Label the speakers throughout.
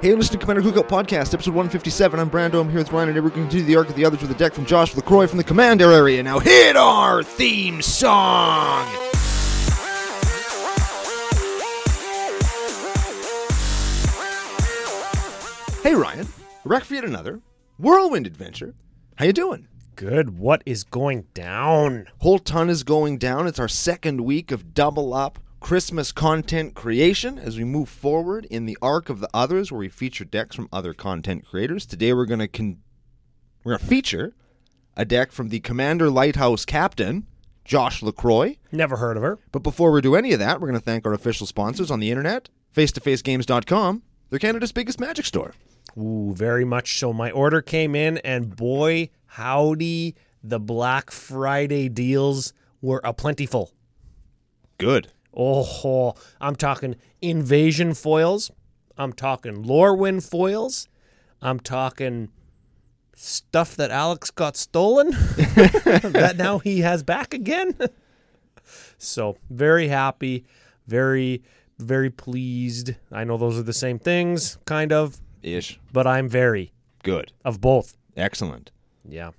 Speaker 1: Hey, you're listening to Commander Cookout Podcast, episode 157. I'm Brando. I'm here with Ryan, and we're going to continue the arc of the others with a deck from Josh LaCroix from the Commander area. Now, hit our theme song! Hey, Ryan. Wreck for yet another whirlwind adventure. How you doing?
Speaker 2: Good. What is going down?
Speaker 1: Whole ton is going down. It's our second week of double up Christmas content creation as we move forward in the arc of the others, where we feature decks from other content creators. Today we're gonna con- we're gonna feature a deck from the Commander Lighthouse Captain, Josh Lacroix.
Speaker 2: Never heard of her.
Speaker 1: But before we do any of that, we're gonna thank our official sponsors on the internet, face-to-facegames.com. They're Canada's biggest magic store.
Speaker 2: Ooh, very much so. My order came in, and boy, howdy, the Black Friday deals were a plentiful.
Speaker 1: Good.
Speaker 2: Oh, I'm talking invasion foils. I'm talking Lorwyn foils. I'm talking stuff that Alex got stolen that now he has back again. so, very happy, very, very pleased. I know those are the same things, kind of,
Speaker 1: Ish.
Speaker 2: but I'm very
Speaker 1: Good.
Speaker 2: of both.
Speaker 1: Excellent.
Speaker 2: Yeah.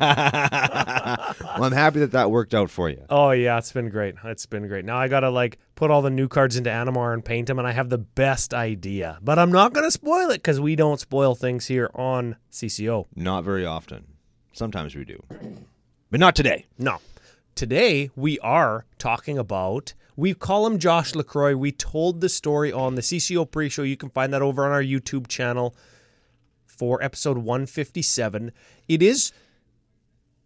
Speaker 1: Well, I'm happy that that worked out for you.
Speaker 2: Oh yeah, it's been great. It's been great. Now I gotta like put all the new cards into Animar and paint them, and I have the best idea. But I'm not gonna spoil it because we don't spoil things here on CCO.
Speaker 1: Not very often. Sometimes we do. But not today.
Speaker 2: No, today we are talking about. We call him Josh Lacroix. We told the story on the CCO pre-show. You can find that over on our YouTube channel for episode 157. It is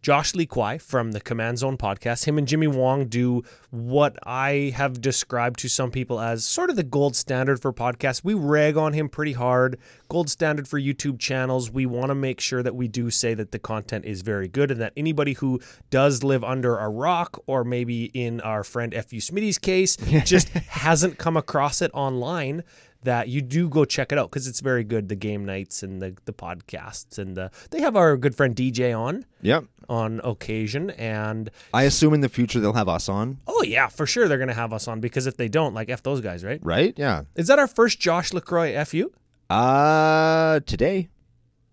Speaker 2: Josh Lee Kwai from the Command Zone podcast. Him and Jimmy Wong do what I have described to some people as sort of the gold standard for podcasts. We rag on him pretty hard. Gold standard for YouTube channels. We want to make sure that we do say that the content is very good and that anybody who does live under a rock, or maybe in our friend F.U. Smitty's case, just hasn't come across it online that you do go check it out because it's very good. The game nights and the, the podcasts and the they have our good friend DJ on
Speaker 1: Yep.
Speaker 2: on occasion and
Speaker 1: I assume in the future they'll have us on,
Speaker 2: oh yeah for sure they're gonna have us on because if they don't like f those guys right
Speaker 1: right? Yeah.
Speaker 2: is that our first josh lacroix f you
Speaker 1: Uh today.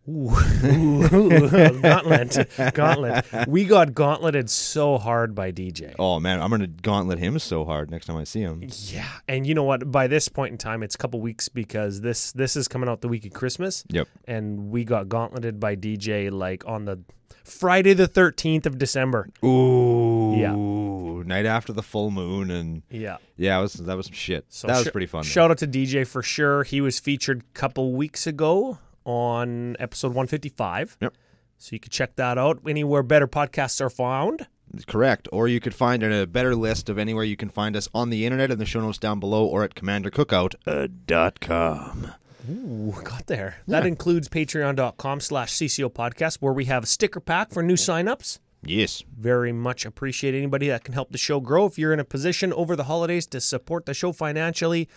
Speaker 2: Ooh, ooh, gauntlet, gauntlet. We got gauntleted so hard by DJ.
Speaker 1: Oh man, I'm gonna gauntlet him so hard next time I see him.
Speaker 2: Yeah, and you know what? By this point in time, it's a couple weeks because this this is coming out the week of Christmas.
Speaker 1: Yep.
Speaker 2: and we got gauntleted by DJ like on the Friday the thirteenth of December.
Speaker 1: Ooh. Night after the full moon and
Speaker 2: Yeah.
Speaker 1: yeah, it was, that was some shit.
Speaker 2: So
Speaker 1: that was
Speaker 2: sh-
Speaker 1: pretty fun. though.
Speaker 2: Shout out to DJ for sure. He was featured a couple weeks ago on episode 155.
Speaker 1: Yep.
Speaker 2: So you can check that out anywhere better podcasts are found.
Speaker 1: Correct. Or you could find a better list of anywhere you can find us on the internet in the show notes down below or at commandercookout.com.
Speaker 2: Ooh, got there. That includes patreon.com slash CCO podcast where we have a sticker pack for new signups.
Speaker 1: Yes.
Speaker 2: Very much appreciate anybody that can help the show grow. If you're in a position over the holidays to support the show financially,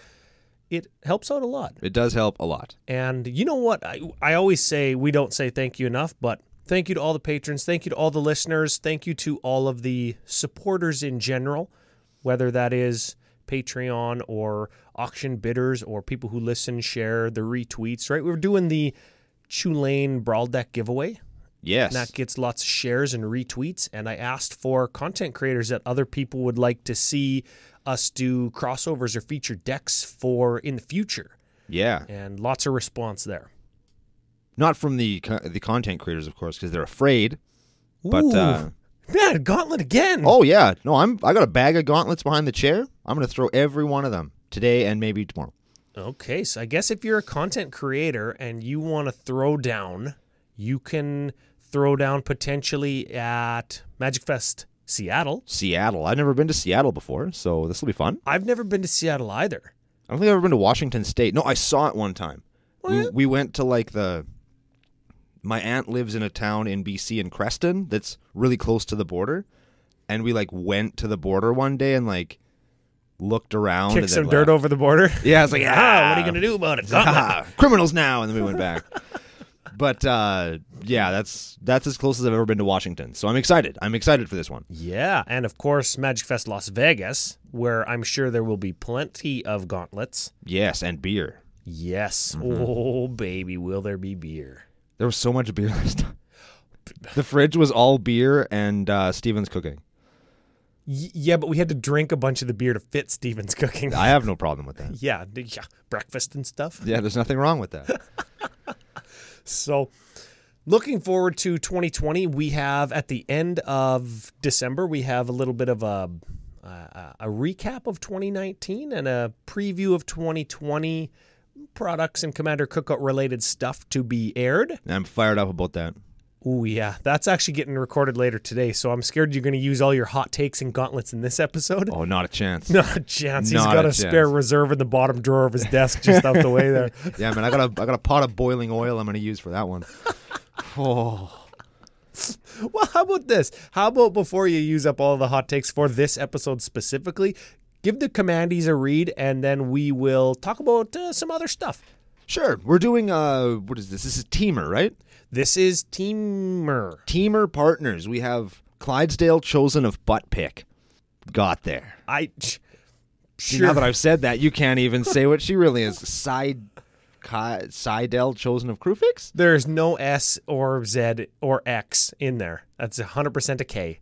Speaker 2: it helps out a lot.
Speaker 1: It does help a lot.
Speaker 2: And you know what? I, I always say we don't say thank you enough, but thank you to all the patrons. Thank you to all the listeners. Thank you to all of the supporters in general, whether that is Patreon or auction bidders or people who listen, share, the retweets, right? We were doing the Tulane Brawl Deck giveaway.
Speaker 1: Yes.
Speaker 2: That gets lots of shares and retweets. And I asked for content creators that other people would like to see us do crossovers or feature decks for in the future.
Speaker 1: yeah.
Speaker 2: And lots of response there.
Speaker 1: Not from the co- the content creators, of course, because they're afraid. But uh,
Speaker 2: man, gauntlet again.
Speaker 1: oh yeah, no, I'm I got a bag of gauntlets behind the chair. I'm gonna throw every one of them today and maybe tomorrow.
Speaker 2: Okay, so I guess if you're a content creator and you want to throw down, you can throw down potentially at Magic Fest Seattle.
Speaker 1: Seattle. I've never been to Seattle before, so this will be fun.
Speaker 2: I've never been to Seattle either.
Speaker 1: I don't think I've ever been to Washington State. No, I saw it one time. We, we went to like the. My aunt lives in a town in BC in Creston that's really close to the border, and we like went to the border one day and like looked around.
Speaker 2: Kick
Speaker 1: and
Speaker 2: some
Speaker 1: then
Speaker 2: dirt
Speaker 1: left.
Speaker 2: over the border.
Speaker 1: Yeah, I was like,
Speaker 2: Ah, what are
Speaker 1: "Ah,
Speaker 2: you gonna do about it? Gauntlet.
Speaker 1: ah, criminals now, and then we went back. but uh, yeah, that's that's as close as I've ever been to Washington. So I'm excited. I'm excited for this one.
Speaker 2: yeah, and of course Magic Fest Las Vegas, where I'm sure there will be plenty of gauntlets.
Speaker 1: Yes, and beer.
Speaker 2: Yes.
Speaker 1: Mm-hmm.
Speaker 2: Oh, baby, will there be beer?
Speaker 1: There was so much beer this time. The fridge was all beer and uh, Steven's cooking.
Speaker 2: Y- yeah, but we had to drink a bunch of the beer to fit Steven's cooking.
Speaker 1: I have no problem with that.
Speaker 2: yeah, d- yeah, breakfast and stuff.
Speaker 1: Yeah, there's nothing wrong with that.
Speaker 2: So, looking forward to 2020. We have at the end of December, we have a little bit of a a, a recap of 2019 and a preview of 2020 products and Commander Cookout related stuff to be aired.
Speaker 1: I'm fired up about that.
Speaker 2: Oh yeah, that's actually getting recorded later today. So I'm scared you're going to use all your hot takes and gauntlets in this episode.
Speaker 1: Oh, not a chance.
Speaker 2: Not a chance. He's
Speaker 1: Not
Speaker 2: got
Speaker 1: a
Speaker 2: a, spare
Speaker 1: chance.
Speaker 2: reserve in the bottom drawer of his desk, just out the way there.
Speaker 1: Yeah, man, I got a I got a pot of boiling oil I'm going to use for that one. Oh,
Speaker 2: Well, how about this? How about before you use up all the hot takes for this episode specifically, give the commandees a read, and then we will talk about uh, some other stuff.
Speaker 1: sure. We're doing uh, what is this? This is Teamer, right?
Speaker 2: This is Teamer.
Speaker 1: Teamer partners. We have Clydesdale chosen of butt pick. Got there.
Speaker 2: I
Speaker 1: See,
Speaker 2: sure.
Speaker 1: Now that I've said that, you can't even say what she really is. Side, Ki- Sidel chosen of Crufix.
Speaker 2: There's no S or Z or X in there. That's 100% a K.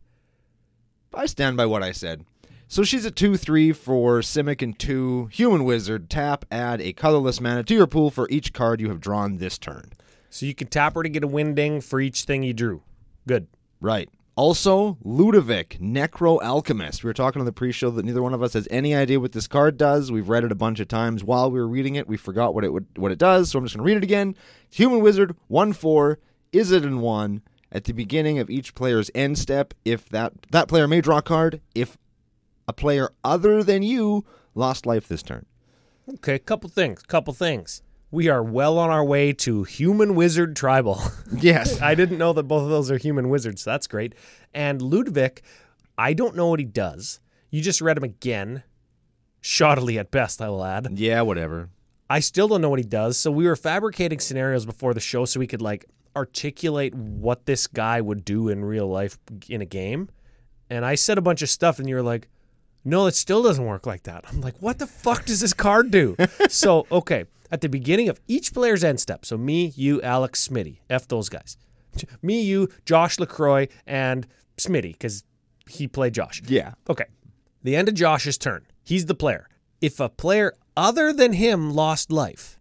Speaker 1: I stand by what I said. So she's a 2 3 for Simic and 2 Human Wizard. Tap, add a colorless mana to your pool for each card you have drawn this turn.
Speaker 2: So you can tap her to get a winding for each thing you drew. Good.
Speaker 1: Right. Also, Ludovic, Necro Alchemist. We were talking on the pre show that neither one of us has any idea what this card does. We've read it a bunch of times. While we were reading it, we forgot what it would, what it does, so I'm just going to read it again. Human Wizard, 1 4, is it in 1. At the beginning of each player's end step, if that, that player may draw a card, if a player other than you lost life this turn.
Speaker 2: Okay, couple things. Couple things. We are well on our way to Human Wizard Tribal.
Speaker 1: Yes.
Speaker 2: I didn't know that both of those are human wizards. So that's great. And Ludwig, I don't know what he does. You just read him again, shoddily at best, I will add.
Speaker 1: yeah, whatever.
Speaker 2: I still don't know what he does. So we were fabricating scenarios before the show so we could like articulate what this guy would do in real life in a game. And I said a bunch of stuff and you were like, "No, it still doesn't work like that." I'm like, "What the fuck does this card do?" so, okay, at the beginning of each player's end step. So me, you, Alex, Smitty, F those guys. Me, you, Josh LaCroix and Smitty cuz he played Josh.
Speaker 1: Yeah.
Speaker 2: Okay. The end of Josh's turn. He's the player. If a player other than him lost life,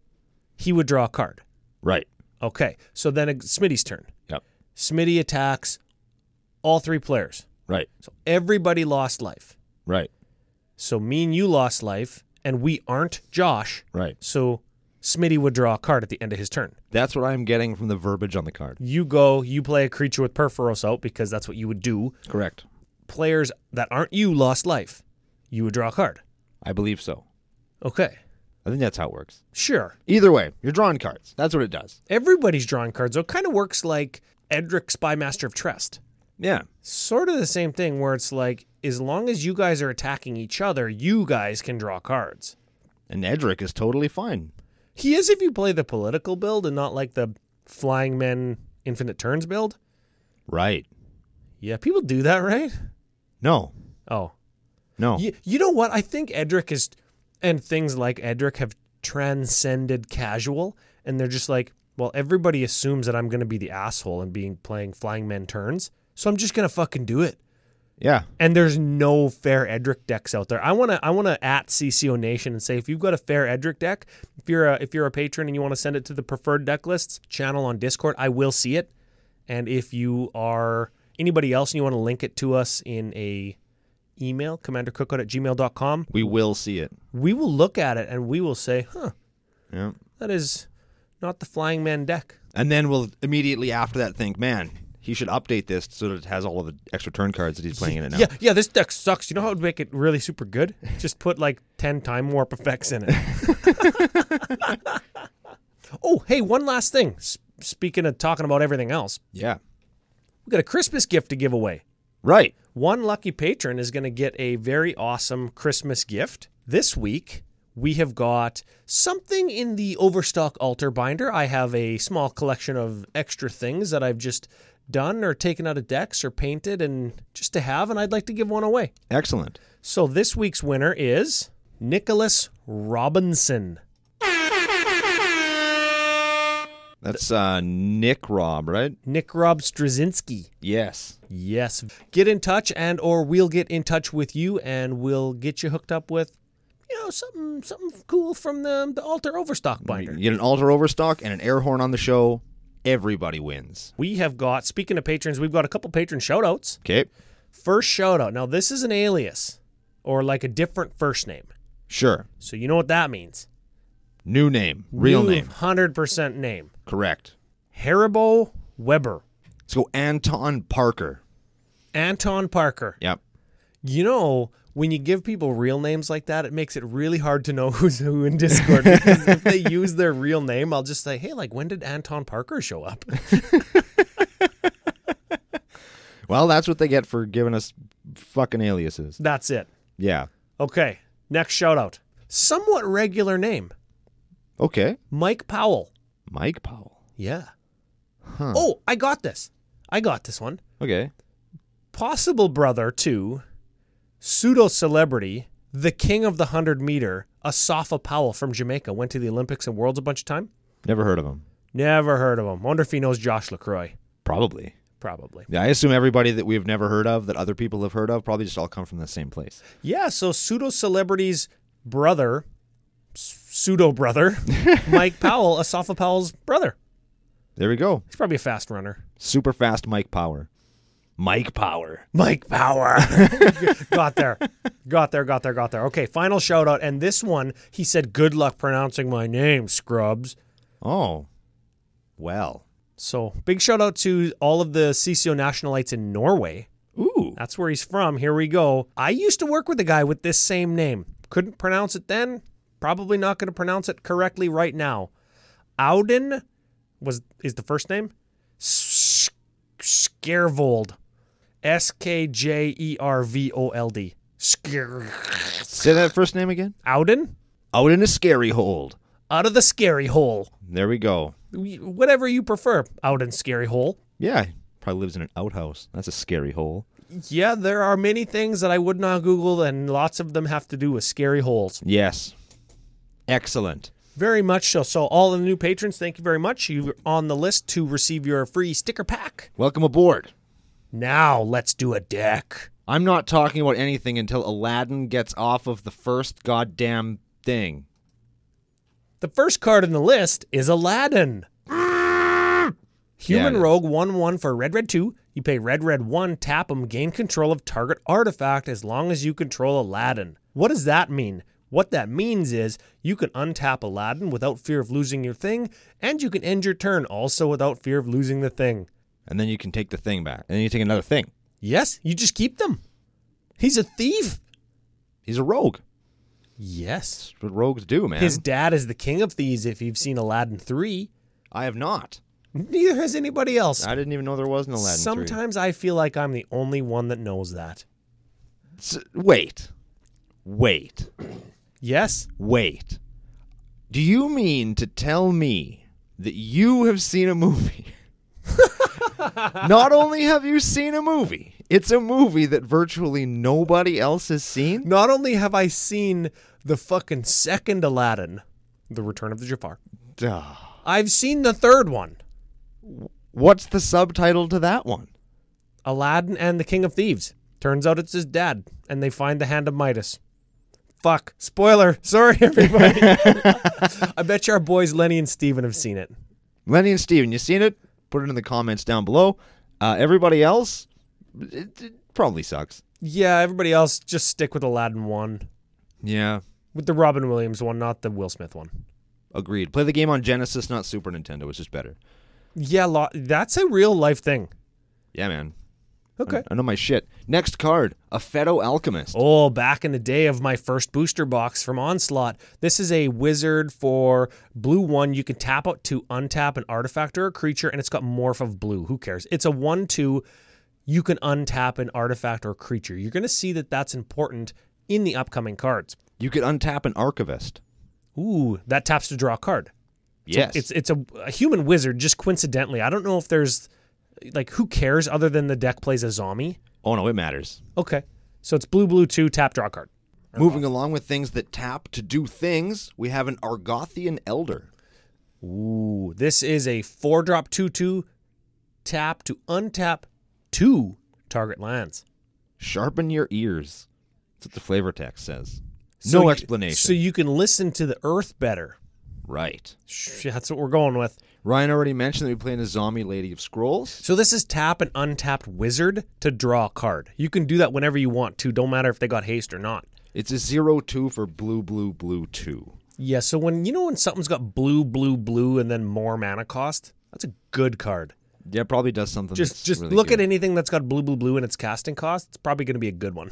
Speaker 2: he would draw a card.
Speaker 1: Right.
Speaker 2: Okay. So then it's Smitty's turn.
Speaker 1: Yep.
Speaker 2: Smitty attacks all three players.
Speaker 1: Right.
Speaker 2: So everybody lost life.
Speaker 1: Right.
Speaker 2: So me and you lost life, and we aren't Josh.
Speaker 1: Right.
Speaker 2: So Smitty would draw a card at the end of his turn.
Speaker 1: That's what I'm getting from the verbiage on the card.
Speaker 2: You go, you play a creature with Perforos out because that's what you would do.
Speaker 1: Correct.
Speaker 2: Players that aren't you lost life. You would draw a card.
Speaker 1: I believe so.
Speaker 2: Okay.
Speaker 1: I think that's how it works.
Speaker 2: Sure.
Speaker 1: Either way, you're drawing cards. That's what it does.
Speaker 2: everybody's drawing cards. So it kind of works like Edric Spy Master of Trest.
Speaker 1: Yeah.
Speaker 2: Sort of the same thing where it's like, as long as you guys are attacking each other, you guys can draw cards.
Speaker 1: And Edric is totally fine.
Speaker 2: He is if you play the political build and not like the Flying Men Infinite Turns build.
Speaker 1: Right.
Speaker 2: Yeah, people do that, right?
Speaker 1: No.
Speaker 2: Oh.
Speaker 1: No.
Speaker 2: You, you know what? I think Edric is, and things like Edric have transcended casual, and they're just like, well, everybody assumes that I'm going to be the asshole and being playing Flying Men Turns, so I'm just going to fucking do it.
Speaker 1: yeah.
Speaker 2: And there's no fair Edric decks out there. I wanna I wanna at CCO Nation and say if you've got a fair Edric deck, if you're a if you're a patron and you want to send it to the preferred deck lists channel on Discord, I will see it. And if you are anybody else and you want to link it to us in a email, commandercookout at gmail.com,
Speaker 1: We will see it.
Speaker 2: we will look at it and we will say, huh,
Speaker 1: Yeah.
Speaker 2: that is not the flying man deck.
Speaker 1: And then we'll immediately after that think, man, he should update this so that it has all of the extra turn cards that he's playing in it now.
Speaker 2: Yeah, yeah, this deck sucks. You know how it would make it really super good? Just put like 10 time warp effects in it. oh, hey, one last thing. S- speaking of talking about everything else,
Speaker 1: Yeah.
Speaker 2: we got a Christmas gift to give away.
Speaker 1: Right.
Speaker 2: One lucky patron is going to get a very awesome Christmas gift. This week, we have got something in the Overstock altar binder. I have a small collection of extra things that I've just done or taken out of decks or painted and just to have, and I'd like to give one away.
Speaker 1: Excellent.
Speaker 2: So this week's winner is Nicholas Robinson.
Speaker 1: That's uh, Nick Rob, right?
Speaker 2: Nick Rob Straczynski.
Speaker 1: Yes.
Speaker 2: Yes. Get in touch and or we'll get in touch with you and we'll get you hooked up with you know something something cool from the the Alter Overstock binder.
Speaker 1: You get an altar overstock and an air horn on the show. Everybody wins.
Speaker 2: We have got speaking of patrons, we've got a couple patron shout outs.
Speaker 1: Okay.
Speaker 2: First shout out. Now this is an alias or like a different first name.
Speaker 1: Sure.
Speaker 2: So you know what that means.
Speaker 1: New name. Real name.
Speaker 2: 100% name.
Speaker 1: Correct.
Speaker 2: Haribo Weber.
Speaker 1: Let's go Anton Parker.
Speaker 2: Anton Parker.
Speaker 1: Yep.
Speaker 2: You know, when you give people real names like that, it makes it really hard to know who's who in Discord because if they use their real name, I'll just say, "Hey, like when did Anton Parker show up?"
Speaker 1: Well, that's what they get for giving us fucking aliases.
Speaker 2: That's it.
Speaker 1: Yeah.
Speaker 2: Okay. Next shout out. Somewhat regular name.
Speaker 1: Okay.
Speaker 2: Mike Powell.
Speaker 1: Mike Powell.
Speaker 2: Yeah.
Speaker 1: Huh.
Speaker 2: Oh, I got this. I got this one.
Speaker 1: Okay.
Speaker 2: Possible brother to pseudo celebrity, the king of the 100 meter, Asafa Powell from Jamaica, went to the Olympics and Worlds a bunch of time.
Speaker 1: Never heard of him.
Speaker 2: Never heard of him. Wonder if he knows Josh LaCroix.
Speaker 1: Probably.
Speaker 2: Probably.
Speaker 1: Yeah, I assume everybody that we've never heard of, that other people have heard of, probably just all come from the same place.
Speaker 2: Yeah, so pseudo celebrity's brother, pseudo brother, Mike Powell, Asafa Powell's brother.
Speaker 1: There we go.
Speaker 2: He's probably a fast runner.
Speaker 1: Super fast Mike Power. Mike Power.
Speaker 2: Mike Power. got there. Got there, got there, got there. Okay, final shout out. And this one, he said, Good luck pronouncing my name, Scrubs.
Speaker 1: Oh. Well.
Speaker 2: So big shout out to all of the CCO Nationalites in Norway.
Speaker 1: Ooh.
Speaker 2: That's where he's from. Here we go. I used to work with a guy with this same name. Couldn't pronounce it then. Probably not going to pronounce it correctly right now. Auden was is the first name. S- Skervold. S K J E R V O L D. Scare
Speaker 1: Say that first name again.
Speaker 2: Auden
Speaker 1: Out in a scary hold.
Speaker 2: out of the scary hole.
Speaker 1: There we go.
Speaker 2: Wh- Whatever you prefer. Auden scary hole.
Speaker 1: Yeah. Probably lives in an outhouse. That's a scary hole.
Speaker 2: Yeah, there are many things that I would not Google, and lots of them have to do with scary holes.
Speaker 1: Yes. Excellent.
Speaker 2: Very much so. So, all the new patrons, thank you very much. You're on the list to receive your free sticker pack.
Speaker 1: Welcome aboard.
Speaker 2: Now, let's do a deck.
Speaker 1: I'm not talking about anything until Aladdin gets off of the first goddamn thing.
Speaker 2: The first card in the list is Aladdin. Human
Speaker 1: Mm. Yeah, it is.
Speaker 2: Rogue 1 1 for Red Red 2. You pay Red Red 1, tap them, gain control of target artifact as long as you control Aladdin. What does that mean? What that means is you can untap Aladdin without fear of losing your thing, and you can end your turn also without fear of losing the thing.
Speaker 1: And then you can take the thing back. And then you take another thing.
Speaker 2: Yes, you just keep them. He's a thief.
Speaker 1: He's a rogue.
Speaker 2: Yes.
Speaker 1: That's what rogues do, man.
Speaker 2: His dad is the king of thieves if you've seen Aladdin 3.
Speaker 1: I have not.
Speaker 2: Neither has anybody else.
Speaker 1: I didn't even know there was an Aladdin. Sometime-
Speaker 2: Sometimes I feel like I'm the only one that knows that.
Speaker 1: Wait. Wait.
Speaker 2: Yes?
Speaker 1: Wait. Do you mean to tell me that you have seen a movie? Not only have you seen a movie, it's a movie that virtually nobody else has seen.
Speaker 2: Not only have I seen the fucking second Aladdin, The Return of the Jafar,
Speaker 1: Duh.
Speaker 2: I've seen the third one,
Speaker 1: What's the subtitle to that one?
Speaker 2: Aladdin and the King of Thieves. Turns out it's his dad, and they find the hand of Midas. Fuck. Spoiler. Sorry, everybody. I bet you our boys Lenny and Steven have seen it.
Speaker 1: Lenny and Steven, you seen it? Put it in the comments down below. Uh, everybody else, it, it probably sucks.
Speaker 2: Yeah, everybody else just stick with Aladdin one,
Speaker 1: Yeah,
Speaker 2: with the Robin Williams one, not the Will Smith one.
Speaker 1: agreed. Play the game on Genesis, not Super Nintendo. It's just better.
Speaker 2: Yeah, lo- that's a real life thing.
Speaker 1: Yeah, man.
Speaker 2: Okay.
Speaker 1: I know my shit. Next card, a Feto Alchemist.
Speaker 2: Oh, back in the day of my first booster box from Onslaught. This is a wizard for blue one. You can tap out to untap an artifact or a creature, and it's got morph of blue. Who cares? It's a one two. You can untap an artifact or creature. You're going to see that that's important in the upcoming cards.
Speaker 1: You could untap an Archivist.
Speaker 2: Ooh, that taps to draw a card.
Speaker 1: Yes.
Speaker 2: It's it's a, a human wizard just coincidentally. I don't know if there's like who cares other than the deck plays a zombie.
Speaker 1: oh no, it matters.
Speaker 2: Okay. So it's blue blue 2 tap draw card.
Speaker 1: Moving along with things that tap to do things, we have an Argothian Elder.
Speaker 2: Ooh, this is a four drop 2 2 tap to untap two target lands.
Speaker 1: Sharpen your ears. That's what the flavor text says.
Speaker 2: So
Speaker 1: no
Speaker 2: you-
Speaker 1: explanation.
Speaker 2: so you can listen to the earth better.
Speaker 1: right.
Speaker 2: Sh- That's what we're going with.
Speaker 1: Ryan already mentioned that we play in a zombie Lady of Scrolls.
Speaker 2: So this is tap an untapped wizard to draw a card. You can do that whenever you want to. Don't matter if they got haste or not.
Speaker 1: It's a zero two for blue, blue, blue two.
Speaker 2: Yeah, so when you know when something's got blue, blue, blue, and then more mana cost, that's a good card.
Speaker 1: Yeah, it probably does something.
Speaker 2: Just
Speaker 1: that's
Speaker 2: just
Speaker 1: really
Speaker 2: look
Speaker 1: good.
Speaker 2: at anything that's got blue, blue, blue in its casting cost. It's probably going to be a good one.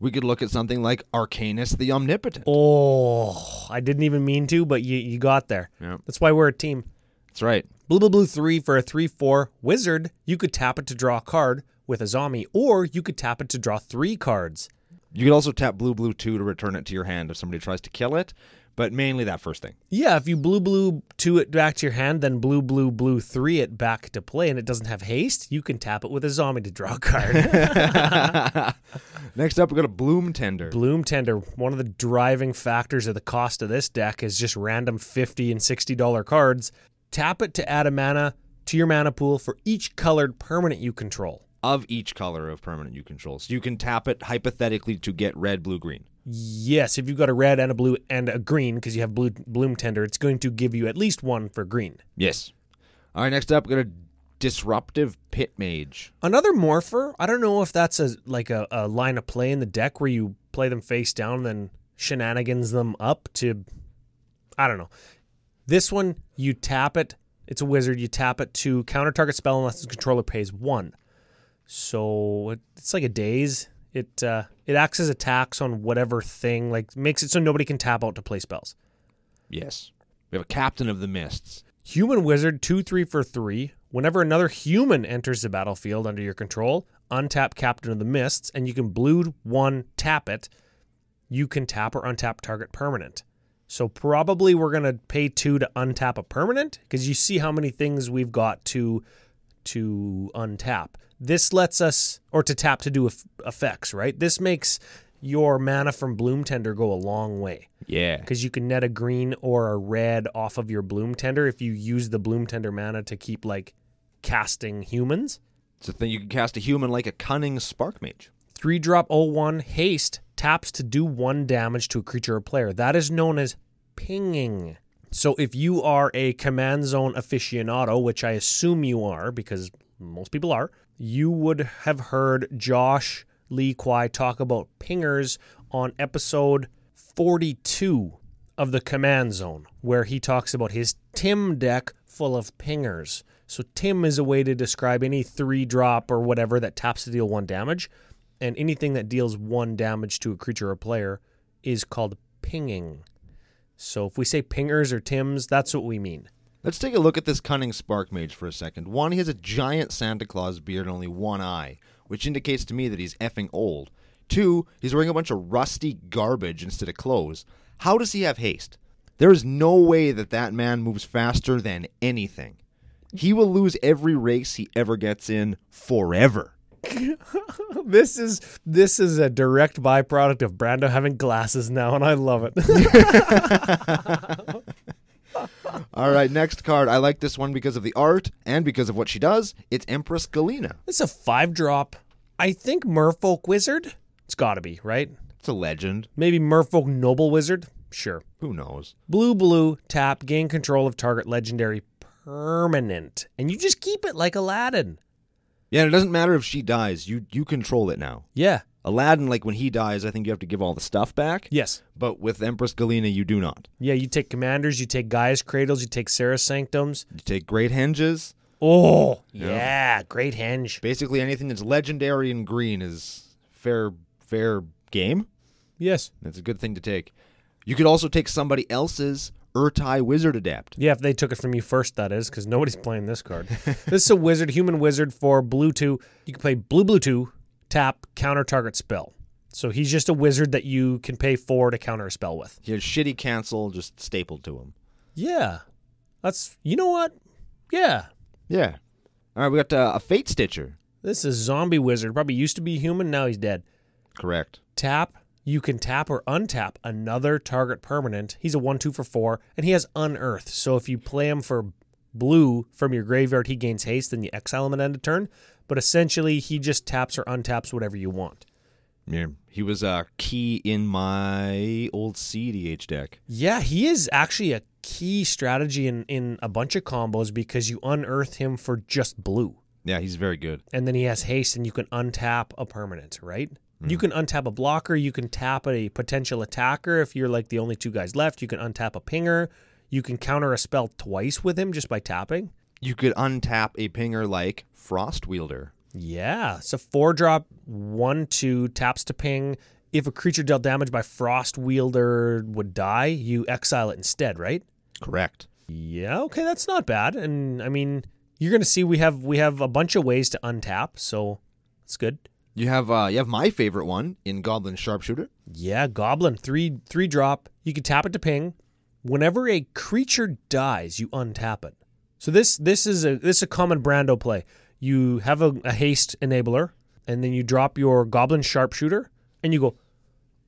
Speaker 1: We could look at something like Arcanus the Omnipotent.
Speaker 2: Oh, I didn't even mean to, but you you got there.
Speaker 1: Yep.
Speaker 2: That's why we're a team.
Speaker 1: That's right.
Speaker 2: Blue, blue, blue three for a three four wizard. You could tap it to draw a card with a zombie, or you could tap it to draw three cards.
Speaker 1: You could also tap blue, blue two to return it to your hand if somebody tries to kill it, but mainly that first thing.
Speaker 2: Yeah, if you blue blue two it back to your hand, then blue blue blue three it back to play, and it doesn't have haste, you can tap it with a zombie to draw a card.
Speaker 1: Next up, we got a Bloom Tender.
Speaker 2: Bloom Tender, one of the driving factors of the cost of this deck is just random fifty and sixty dollar cards. Tap it to add a mana to your mana pool for each colored permanent you control.
Speaker 1: of each color of permanent you control. So you can tap it hypothetically to get red, blue, green.
Speaker 2: Yes, if you've got a red and a blue and a green, because you have blue bloom tender, it's going to give you at least one for green.
Speaker 1: Yes. All right, next up, we got a disruptive pit mage.
Speaker 2: Another morpher. I don't know if that's a like a, a line of play in the deck where you play them face down and then shenanigans them up to. I don't know. This one you tap it. It's a wizard. You tap it to counter target spell unless the controller pays one. So it- it's like a daze. It uh, it acts as a tax on whatever thing like makes it so nobody can tap out to play spells.
Speaker 1: Yes. We have a captain of the mists.
Speaker 2: Human Wizard 2 3 for 3. Whenever another human enters the battlefield under your control, untap Captain of the Mists, and you can blue 1 tap it. You can tap or untap target permanent. So probably we're going to pay 2 to untap a permanent because you see how many things we've got to to untap. This lets us or to tap to do eff- effects, right? This makes your mana from Bloom Tender go a long way
Speaker 1: Yeah.
Speaker 2: because you can net a green or a red off of your bloom tender if you use the bloom tender mana to keep like casting humans.
Speaker 1: It's a thing you can cast a human like a cunning spark mage.
Speaker 2: Three drop 01 haste taps to do one damage to a creature or player. That is known as pinging. So if you are a command zone aficionado, which I assume you are because most people are, you would have heard Josh Lee Kwai talk about pingers on episode 42 of the command zone where he talks about his Tim deck full of pingers. So Tim is a way to describe any three drop or whatever that taps to deal one damage, and anything that deals one damage to a creature or player is called pinging. So if we say pingers or Tims, that's what we mean.
Speaker 1: Let's take a look at this cunning spark mage for a second. One, he has a giant Santa Claus beard and only one eye, which indicates to me that he's effing old. Two, he's wearing a bunch of rusty garbage instead of clothes. How does he have haste? There is no way that that man moves faster than anything. He will lose every race he ever gets in forever.
Speaker 2: This is this is a direct byproduct of Brando having glasses now, and I love it.
Speaker 1: All right, next card. I like this one because of the art and because of what she does. It's Empress Galena.
Speaker 2: it's a five drop. I think Merfolk Wizard. It's got to be right.
Speaker 1: It's a legend.
Speaker 2: Maybe Merfolk Noble Wizard. Sure.
Speaker 1: Who knows?
Speaker 2: Blue, blue, tap, gain control of target legendary permanent. And you just keep it like Aladdin.
Speaker 1: Yeah, and it doesn't matter if she dies. You you control it now.
Speaker 2: Yeah.
Speaker 1: Aladdin, like when he dies, I think you have to give all the stuff back.
Speaker 2: Yes.
Speaker 1: But with Empress Galena, you do not.
Speaker 2: Yeah, you take commanders, you take Gaia's Cradles, you take Sarah's Sanctums.
Speaker 1: You take great henges.
Speaker 2: Oh, yeah. Great henge.
Speaker 1: Basically, anything that's legendary and green is fair fair game.
Speaker 2: Yes.
Speaker 1: That's a good thing to take. You could also take somebody else's Urtai Wizard Adept.
Speaker 2: Yeah, if they took it from you first, that is, because nobody's playing this card. this is a wizard, human wizard for blue two. You can play blue blue two, tap, counter target spell. So he's just a wizard that you can pay four to counter a spell with.
Speaker 1: He has shitty cancel just stapled to him.
Speaker 2: Yeah. That's you know what? Yeah.
Speaker 1: Yeah. All right, we got uh, a Fate Stitcher.
Speaker 2: This is zombie wizard. Probably used to be human, now he's dead.
Speaker 1: Correct.
Speaker 2: Tap You can tap or untap another target permanent. He's a 1 2 for 4, and he has Unearth. So if you play him for blue from your graveyard, he gains haste, then you exile him at end of turn. But essentially, he just taps or untaps whatever you want.
Speaker 1: Yeah. He was a key in my old CDH deck.
Speaker 2: Yeah, he is actually a key strategy in, in a bunch of combos because you unearth him for just blue.
Speaker 1: Yeah, he's very good.
Speaker 2: and then he has haste and you can untap a permanent, right? You can untap a blocker, you can tap a potential attacker if you're like the only two guys left, you can untap a pinger, you can counter a spell twice with him just by tapping.
Speaker 1: You could untap a pinger like Frost Wielder.
Speaker 2: Yeah, so four drop, one, two, taps to ping. If a creature dealt damage by Frost Wielder would die, you exile it instead, right?
Speaker 1: Correct.
Speaker 2: Yeah, okay, that's not bad. And I mean, you're gonna see we have we have a bunch of ways to untap, so it's good.
Speaker 1: You have uh, you have my favorite one in Goblin Sharpshooter.
Speaker 2: Yeah, goblin three three drop. You can tap it to ping. Whenever a creature dies, you untap it. So this this is a this is a common Brando play. You have a, a haste enabler, and then you drop your goblin sharpshooter, and you go.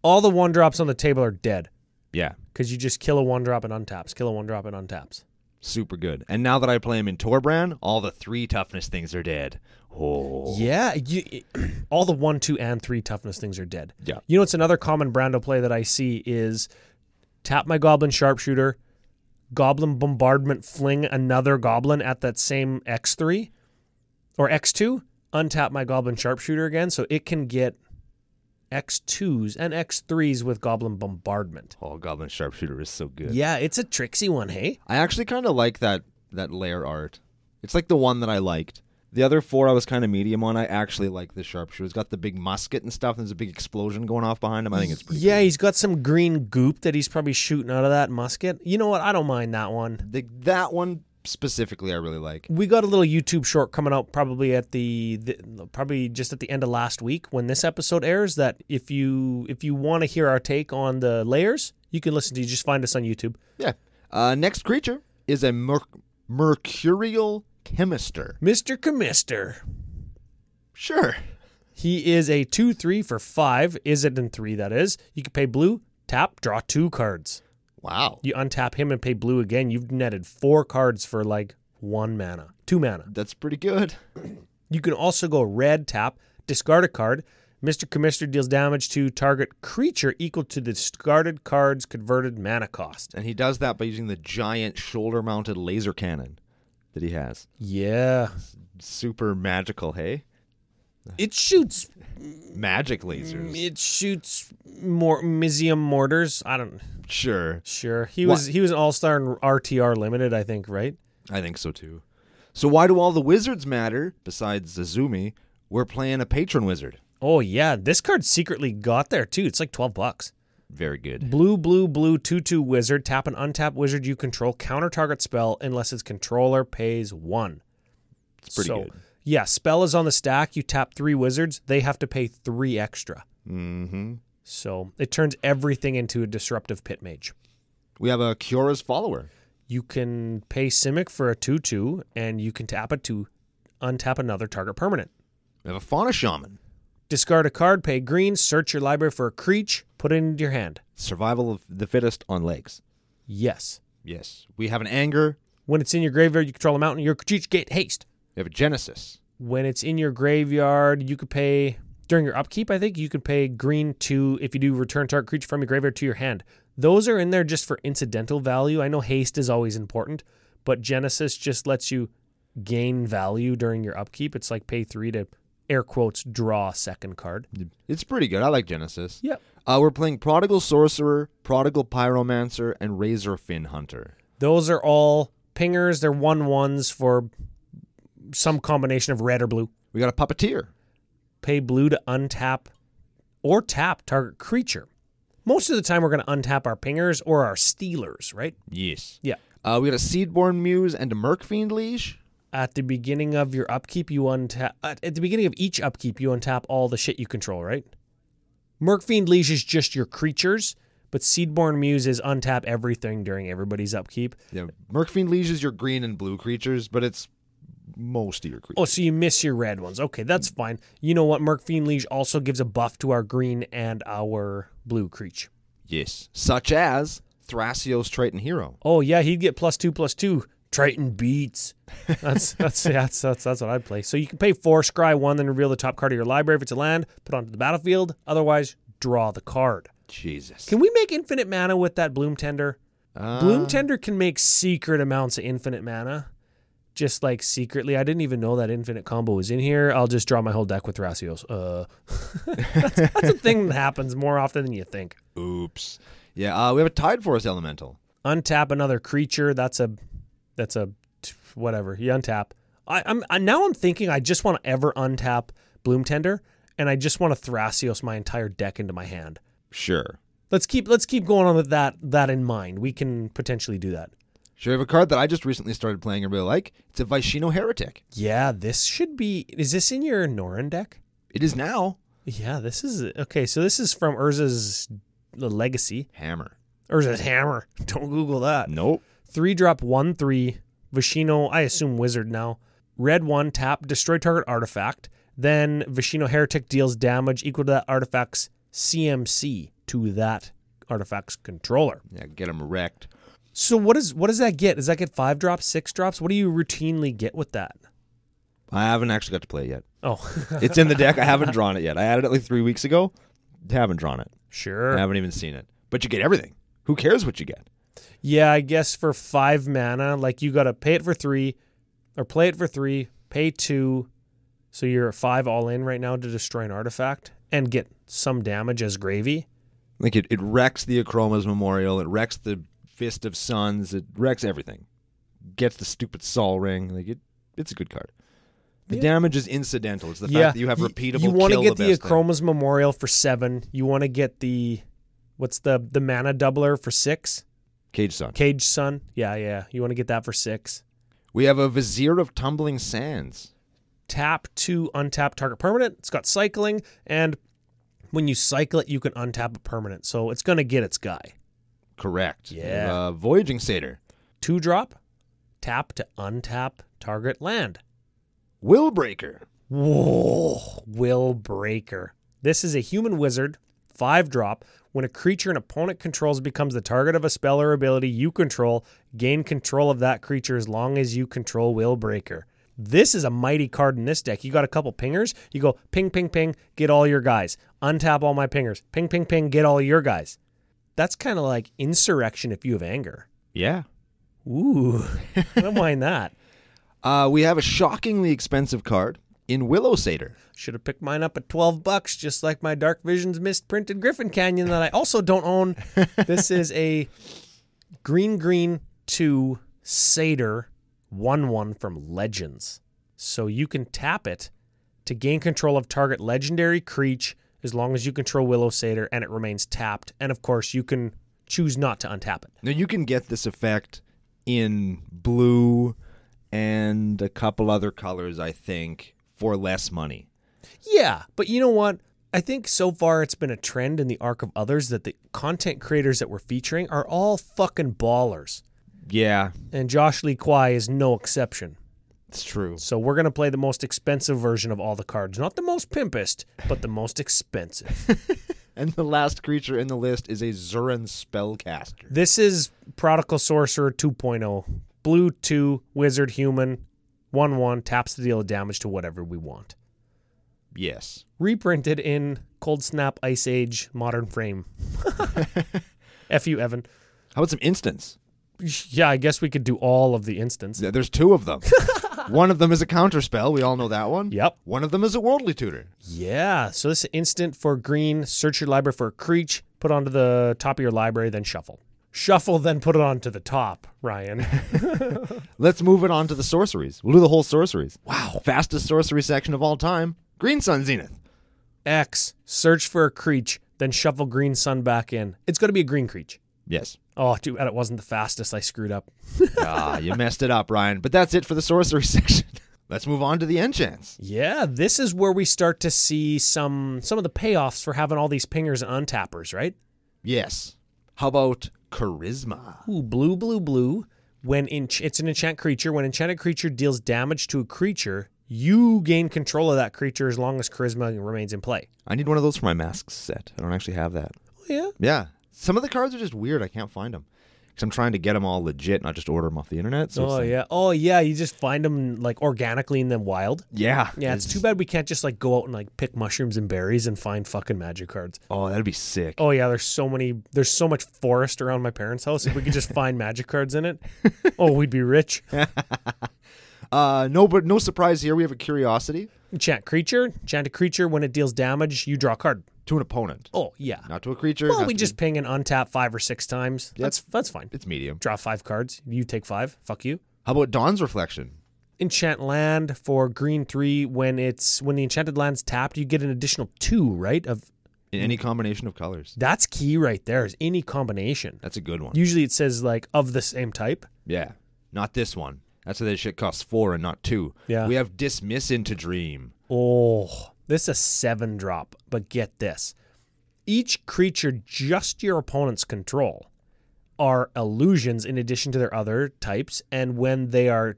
Speaker 2: All the one drops on the table are dead
Speaker 1: Yeah,
Speaker 2: because you just kill a one drop and untaps. Kill a one drop and untaps.
Speaker 1: super good. And now that I play him in Torbran, all the three toughness things are dead. Oh,
Speaker 2: Yeah, you, all the one, two, and three toughness things are dead.
Speaker 1: Yeah.
Speaker 2: You know what's another common Brando play that I see is tap my goblin sharpshooter, goblin bombardment, fling another goblin at that same X three or X two, untap my goblin sharpshooter again, so it can get X twos and X threes with goblin bombardment.
Speaker 1: oh, Goblin Sharpshooter is so good.
Speaker 2: Yeah, it's a tricksy one, hey?
Speaker 1: I actually kind of like that that layer art. It's like the one that I liked. The other four I was kind of medium on. I actually like the sharpshooter. It's got the big musket and stuff. And there's a big explosion going off behind him. I think it's pretty.
Speaker 2: Yeah, he's got some green goop that he's probably shooting out of that musket. You know what? I don't mind that one.
Speaker 1: The, that one specifically, I really like.
Speaker 2: we got a little YouTube short coming out probably at the, the probably just at the end of last week when this episode airs. That if you if you want to hear our take on the layers, you can listen to. Just find us on YouTube.
Speaker 1: Yeah. Uh, next creature is a merc- mercurial chemister.
Speaker 2: Mister Commister,
Speaker 1: Sure.
Speaker 2: he is a two three for five. Is it in three? That is. You can pay blue, tap, draw two cards.
Speaker 1: Wow.
Speaker 2: You untap him and pay blue again. You've netted four cards for like one mana, two mana.
Speaker 1: That's pretty good.
Speaker 2: You can also go red, tap, discard a card. Mr. Commister deals damage to target creature equal to the discarded card's converted mana cost.
Speaker 1: And he does that by using the giant shoulder mounted laser cannon that he has.
Speaker 2: Yeah.
Speaker 1: Super magical, hey?
Speaker 2: It shoots
Speaker 1: Magic lasers.
Speaker 2: it shoots more Mizium mortars. I don't
Speaker 1: Sure.
Speaker 2: sure. He was he was an all-star in RTR limited, I think, right?
Speaker 1: I think so too. So why do all the wizards matter besides Zazumi? We're playing a patron wizard.
Speaker 2: Oh yeah, this card secretly got there too. It's like 12 bucks.
Speaker 1: Very good.
Speaker 2: Blue, blue, blue, 2 2 wizard. Tap an untap wizard you control. Counter target spell unless its controller pays one.
Speaker 1: It's pretty
Speaker 2: so,
Speaker 1: good.
Speaker 2: Yeah, spell is on the stack. You tap three wizards, they have to pay three extra.
Speaker 1: Mm-hmm.
Speaker 2: So it turns everything into a disruptive pit mage.
Speaker 1: We have a Kiora's follower.
Speaker 2: You can pay Simic for a 2 2, and you can tap it to untap another target permanent.
Speaker 1: We have a fauna shaman.
Speaker 2: Discard a card, pay green, search your library for a creature, put it into your hand.
Speaker 1: Survival of the fittest on legs.
Speaker 2: Yes.
Speaker 1: Yes. We have an anger.
Speaker 2: When it's in your graveyard, you control a mountain, your creature get haste.
Speaker 1: We have a genesis.
Speaker 2: when it's in your graveyard, you could pay during your upkeep. I think you could pay green two if you do return target creature from your graveyard to your hand. Those are in there just for incidental value. I know haste is always important, but Genesis just lets you gain value during your upkeep. It's like pay three to air quotes draw a second card.
Speaker 1: It's pretty good. I like genesis.
Speaker 2: Yep.
Speaker 1: Uh, we're playing Prodigal Sorcerer, Prodigal Pyromancer, and Razor Fin Hunter.
Speaker 2: Those are all pingers. They're one ones for some combination of red or blue.
Speaker 1: We got a Puppeteer.
Speaker 2: pay blue to untap or tap target creature. Most of the time, we're going to untap our pingers or our stealers, right?
Speaker 1: Yes.
Speaker 2: Yeah.
Speaker 1: Uh, we got a Seedborn Muse and a Merkfiend Liege.
Speaker 2: At the beginning of your upkeep, you untap. At at the beginning of each upkeep, you untap all the shit you control, right? Merkfiend Liege is just your creatures, but Seedborn Muse is untap everything during everybody's upkeep.
Speaker 1: Yeah, Merkfiend Liege is your green and blue creatures, but it's most of your creatures.
Speaker 2: Oh, so you miss your red ones. Okay, that's fine. You know what? Merc Fiend Liege also gives a buff to our green and our blue creature.
Speaker 1: Yes. Such as Thrasios Triton Hero.
Speaker 2: Oh yeah, he'd get plus two plus two. Triton beats. That's that's yeah, that's, that's that's what I'd play. So you can pay four, scry one, then reveal the top card of your library if it's a land, put onto the battlefield. Otherwise, draw the card.
Speaker 1: Jesus.
Speaker 2: Can we make infinite mana with that Bloom Tender?
Speaker 1: Uh,
Speaker 2: Bloom Tender can make secret amounts of infinite mana. Just like secretly, I didn't even know that infinite combo was in here. I'll just draw my whole deck with Thrasios. Uh, that's, that's a thing that happens more often than you think.
Speaker 1: Oops. Yeah, uh, we have a Tide Force Elemental.
Speaker 2: untap another creature. That's a that's a whatever. You untap. I, I'm I, now I'm thinking I just want to ever untap Bloom Tender, and I just want to Thrasios my entire deck into my hand.
Speaker 1: Sure.
Speaker 2: Let's keep let's keep going on with that that in mind. We can potentially do that.
Speaker 1: Sure, I have a card that I just recently started playing and really like. It's a Vaishino Heretic.
Speaker 2: Yeah, this should be. Is this in your Norin deck?
Speaker 1: It is now
Speaker 2: Yeah, this is okay. So this is from Urza's Legacy.
Speaker 1: Hammer.
Speaker 2: Urza's Hammer. Don't Google that.
Speaker 1: Nope.
Speaker 2: Three drop one three Vishino, I assume wizard now. Red one tap, destroy target artifact. Then Vishino Heretic deals damage equal to that artifact's CMC to that artifact's controller.
Speaker 1: Yeah, get him wrecked.
Speaker 2: So what is what does that get? Does that get five drops, six drops? What do you routinely get with that?
Speaker 1: I haven't actually got to play it yet.
Speaker 2: Oh,
Speaker 1: It's in the deck. I haven't drawn it yet. I added it like three weeks ago. Haven't drawn it. I
Speaker 2: sure.
Speaker 1: haven't even seen it. But you get everything. Who cares what you get?
Speaker 2: Yeah, I guess for five mana, like you got to pay it for three, or play it for three, pay two. So you're at five all in right now to destroy an artifact and get some damage as gravy.
Speaker 1: Like it, it wrecks the Achroma's Memorial. It wrecks the Fist of Suns. It wrecks everything. Gets the stupid Sol Ring. Like it, it's a good card. The damage is incidental. It's the fact that you have
Speaker 2: y-
Speaker 1: repeatable.
Speaker 2: You want to
Speaker 1: kill
Speaker 2: get
Speaker 1: the,
Speaker 2: the
Speaker 1: best thing.
Speaker 2: Achroma's Memorial for seven. You want to get the, what's the the mana doubler for six?
Speaker 1: Cage Sun.
Speaker 2: Cage Sun. Yeah, yeah. You want to get that for six.
Speaker 1: We have a Vizier of Tumbling Sands.
Speaker 2: tap to untap target permanent. It's got cycling, and when you cycle it, you can untap a permanent. So it's going to get its guy.
Speaker 1: Correct.
Speaker 2: Yeah.
Speaker 1: We have, Uh, Voyaging Satyr.
Speaker 2: Two drop, tap to untap target land.
Speaker 1: Willbreaker.
Speaker 2: Whoa, Will Breaker. This is a human wizard, five drop. When a creature an opponent controls becomes the target of a spell or ability you control, gain control of that creature as long as you control Will Breaker. This is a mighty card in this deck. You got a couple pingers, you go ping, ping, ping, get all your guys. Untap all my pingers, ping, ping, ping, get all your guys. That's kind of like insurrection if you have anger.
Speaker 1: Yeah.
Speaker 2: Ooh, I don't mind that.
Speaker 1: Uh, we have a shockingly expensive card in Willow Satyr.
Speaker 2: Should have picked mine up at 12 bucks, just like my Dark Visions misprinted Griffin Canyon that I also don't own. this is a green green 2 Satyr 1 1 from Legends. So you can tap it to gain control of target legendary creature as long as you control Willow Satyr and it remains tapped. And of course, you can choose not to untap it.
Speaker 1: Now you can get this effect in blue and a couple other colors, I think, for less money.
Speaker 2: Yeah, but you know what? I think so far it's been a trend in the arc of others that the content creators that we're featuring are all fucking ballers.
Speaker 1: Yeah,
Speaker 2: And Josh Lee Kwai is no exception.
Speaker 1: it's true.
Speaker 2: So we're going to play the most expensive version of all the cards. Not the most pimpest, but the most expensive.
Speaker 1: And the last creature in the list is a Zurin Spellcaster.
Speaker 2: this is Prodigal Sorcerer 2.0. Blue 2, Wizard Human, 1 1, taps to deal damage to whatever we want.
Speaker 1: Yes.
Speaker 2: reprinted in Cold Snap Ice Age Modern Frame. F you, Evan.
Speaker 1: How about some instants?
Speaker 2: Yeah, I guess we could do all of the instants.
Speaker 1: Th- There's two of them. one of them is a counter spell. We all know that one.
Speaker 2: Yep.
Speaker 1: One of them is a worldly tutor.
Speaker 2: Yeah. So this is instant for green, search your library for a creature, put onto the top of your library, then shuffle. Shuffle, then put it onto the top, Ryan.
Speaker 1: Let's move it on to the sorceries. We'll do the whole sorceries. Wow. Fastest sorcery section of all time Green Sun Zenith.
Speaker 2: X, search for a creature, then shuffle green sun back in. It's going to be a green creature.
Speaker 1: Yes.
Speaker 2: Oh, too bad it wasn't the fastest. I screwed up.
Speaker 1: ah, you messed it up, Ryan. But that's it for the sorcery section. Let's move on to the enchants.
Speaker 2: Yeah, this is where we start to see some some of the payoffs for having all these pingers and untappers, right?
Speaker 1: Yes. How about charisma?
Speaker 2: Ooh, blue, blue, blue. when ench- it's an enchant creature, when enchanted creature deals damage to a creature, you gain control of that creature as long as charisma remains in play.
Speaker 1: I need one of those for my masks set. I don't actually have that.
Speaker 2: Oh yeah.
Speaker 1: Yeah. Some of the cards are just weird. I can't find them. Because I'm trying to get them all legit, not just order them off the internet. So it's
Speaker 2: oh
Speaker 1: like-
Speaker 2: yeah. Oh yeah. You just find them like organically in the wild.
Speaker 1: yeah.
Speaker 2: Yeah, it's too bad we can't just like go out and like pick mushrooms and berries and find fucking magic cards.
Speaker 1: Oh, that'd be sick.
Speaker 2: Oh yeah, there's so many there's so much forest around my parents' house. If we could just find magic cards in it, oh we'd be rich.
Speaker 1: Uh, no, but no surprise here. We have a curiosity
Speaker 2: Enchant creature, enchant a creature when it deals damage, you draw a card.
Speaker 1: to an opponent,
Speaker 2: Oh yeah.
Speaker 1: not to a creature.
Speaker 2: Well,
Speaker 1: has
Speaker 2: we
Speaker 1: to be-
Speaker 2: just ping and untap five or six times. That's that's fine.
Speaker 1: it's medium.
Speaker 2: Draw five cards. You take five. Fuck you.
Speaker 1: How about Dawn's reflection?
Speaker 2: Enchant land for green three. When it's when the enchanted land's tapped, you get an additional two, right? Of
Speaker 1: In any combination of colors,
Speaker 2: that's key right there. Is any combination.
Speaker 1: that's a good one.
Speaker 2: Usually it says like of the same type.
Speaker 1: Yeah, not this one. That's why this shit costs four and not two.
Speaker 2: Yeah.
Speaker 1: we have dismiss into dream.
Speaker 2: Oh, this is a seven drop, but get this. Each creature just your opponent's control are illusions in addition to their other types, and when they are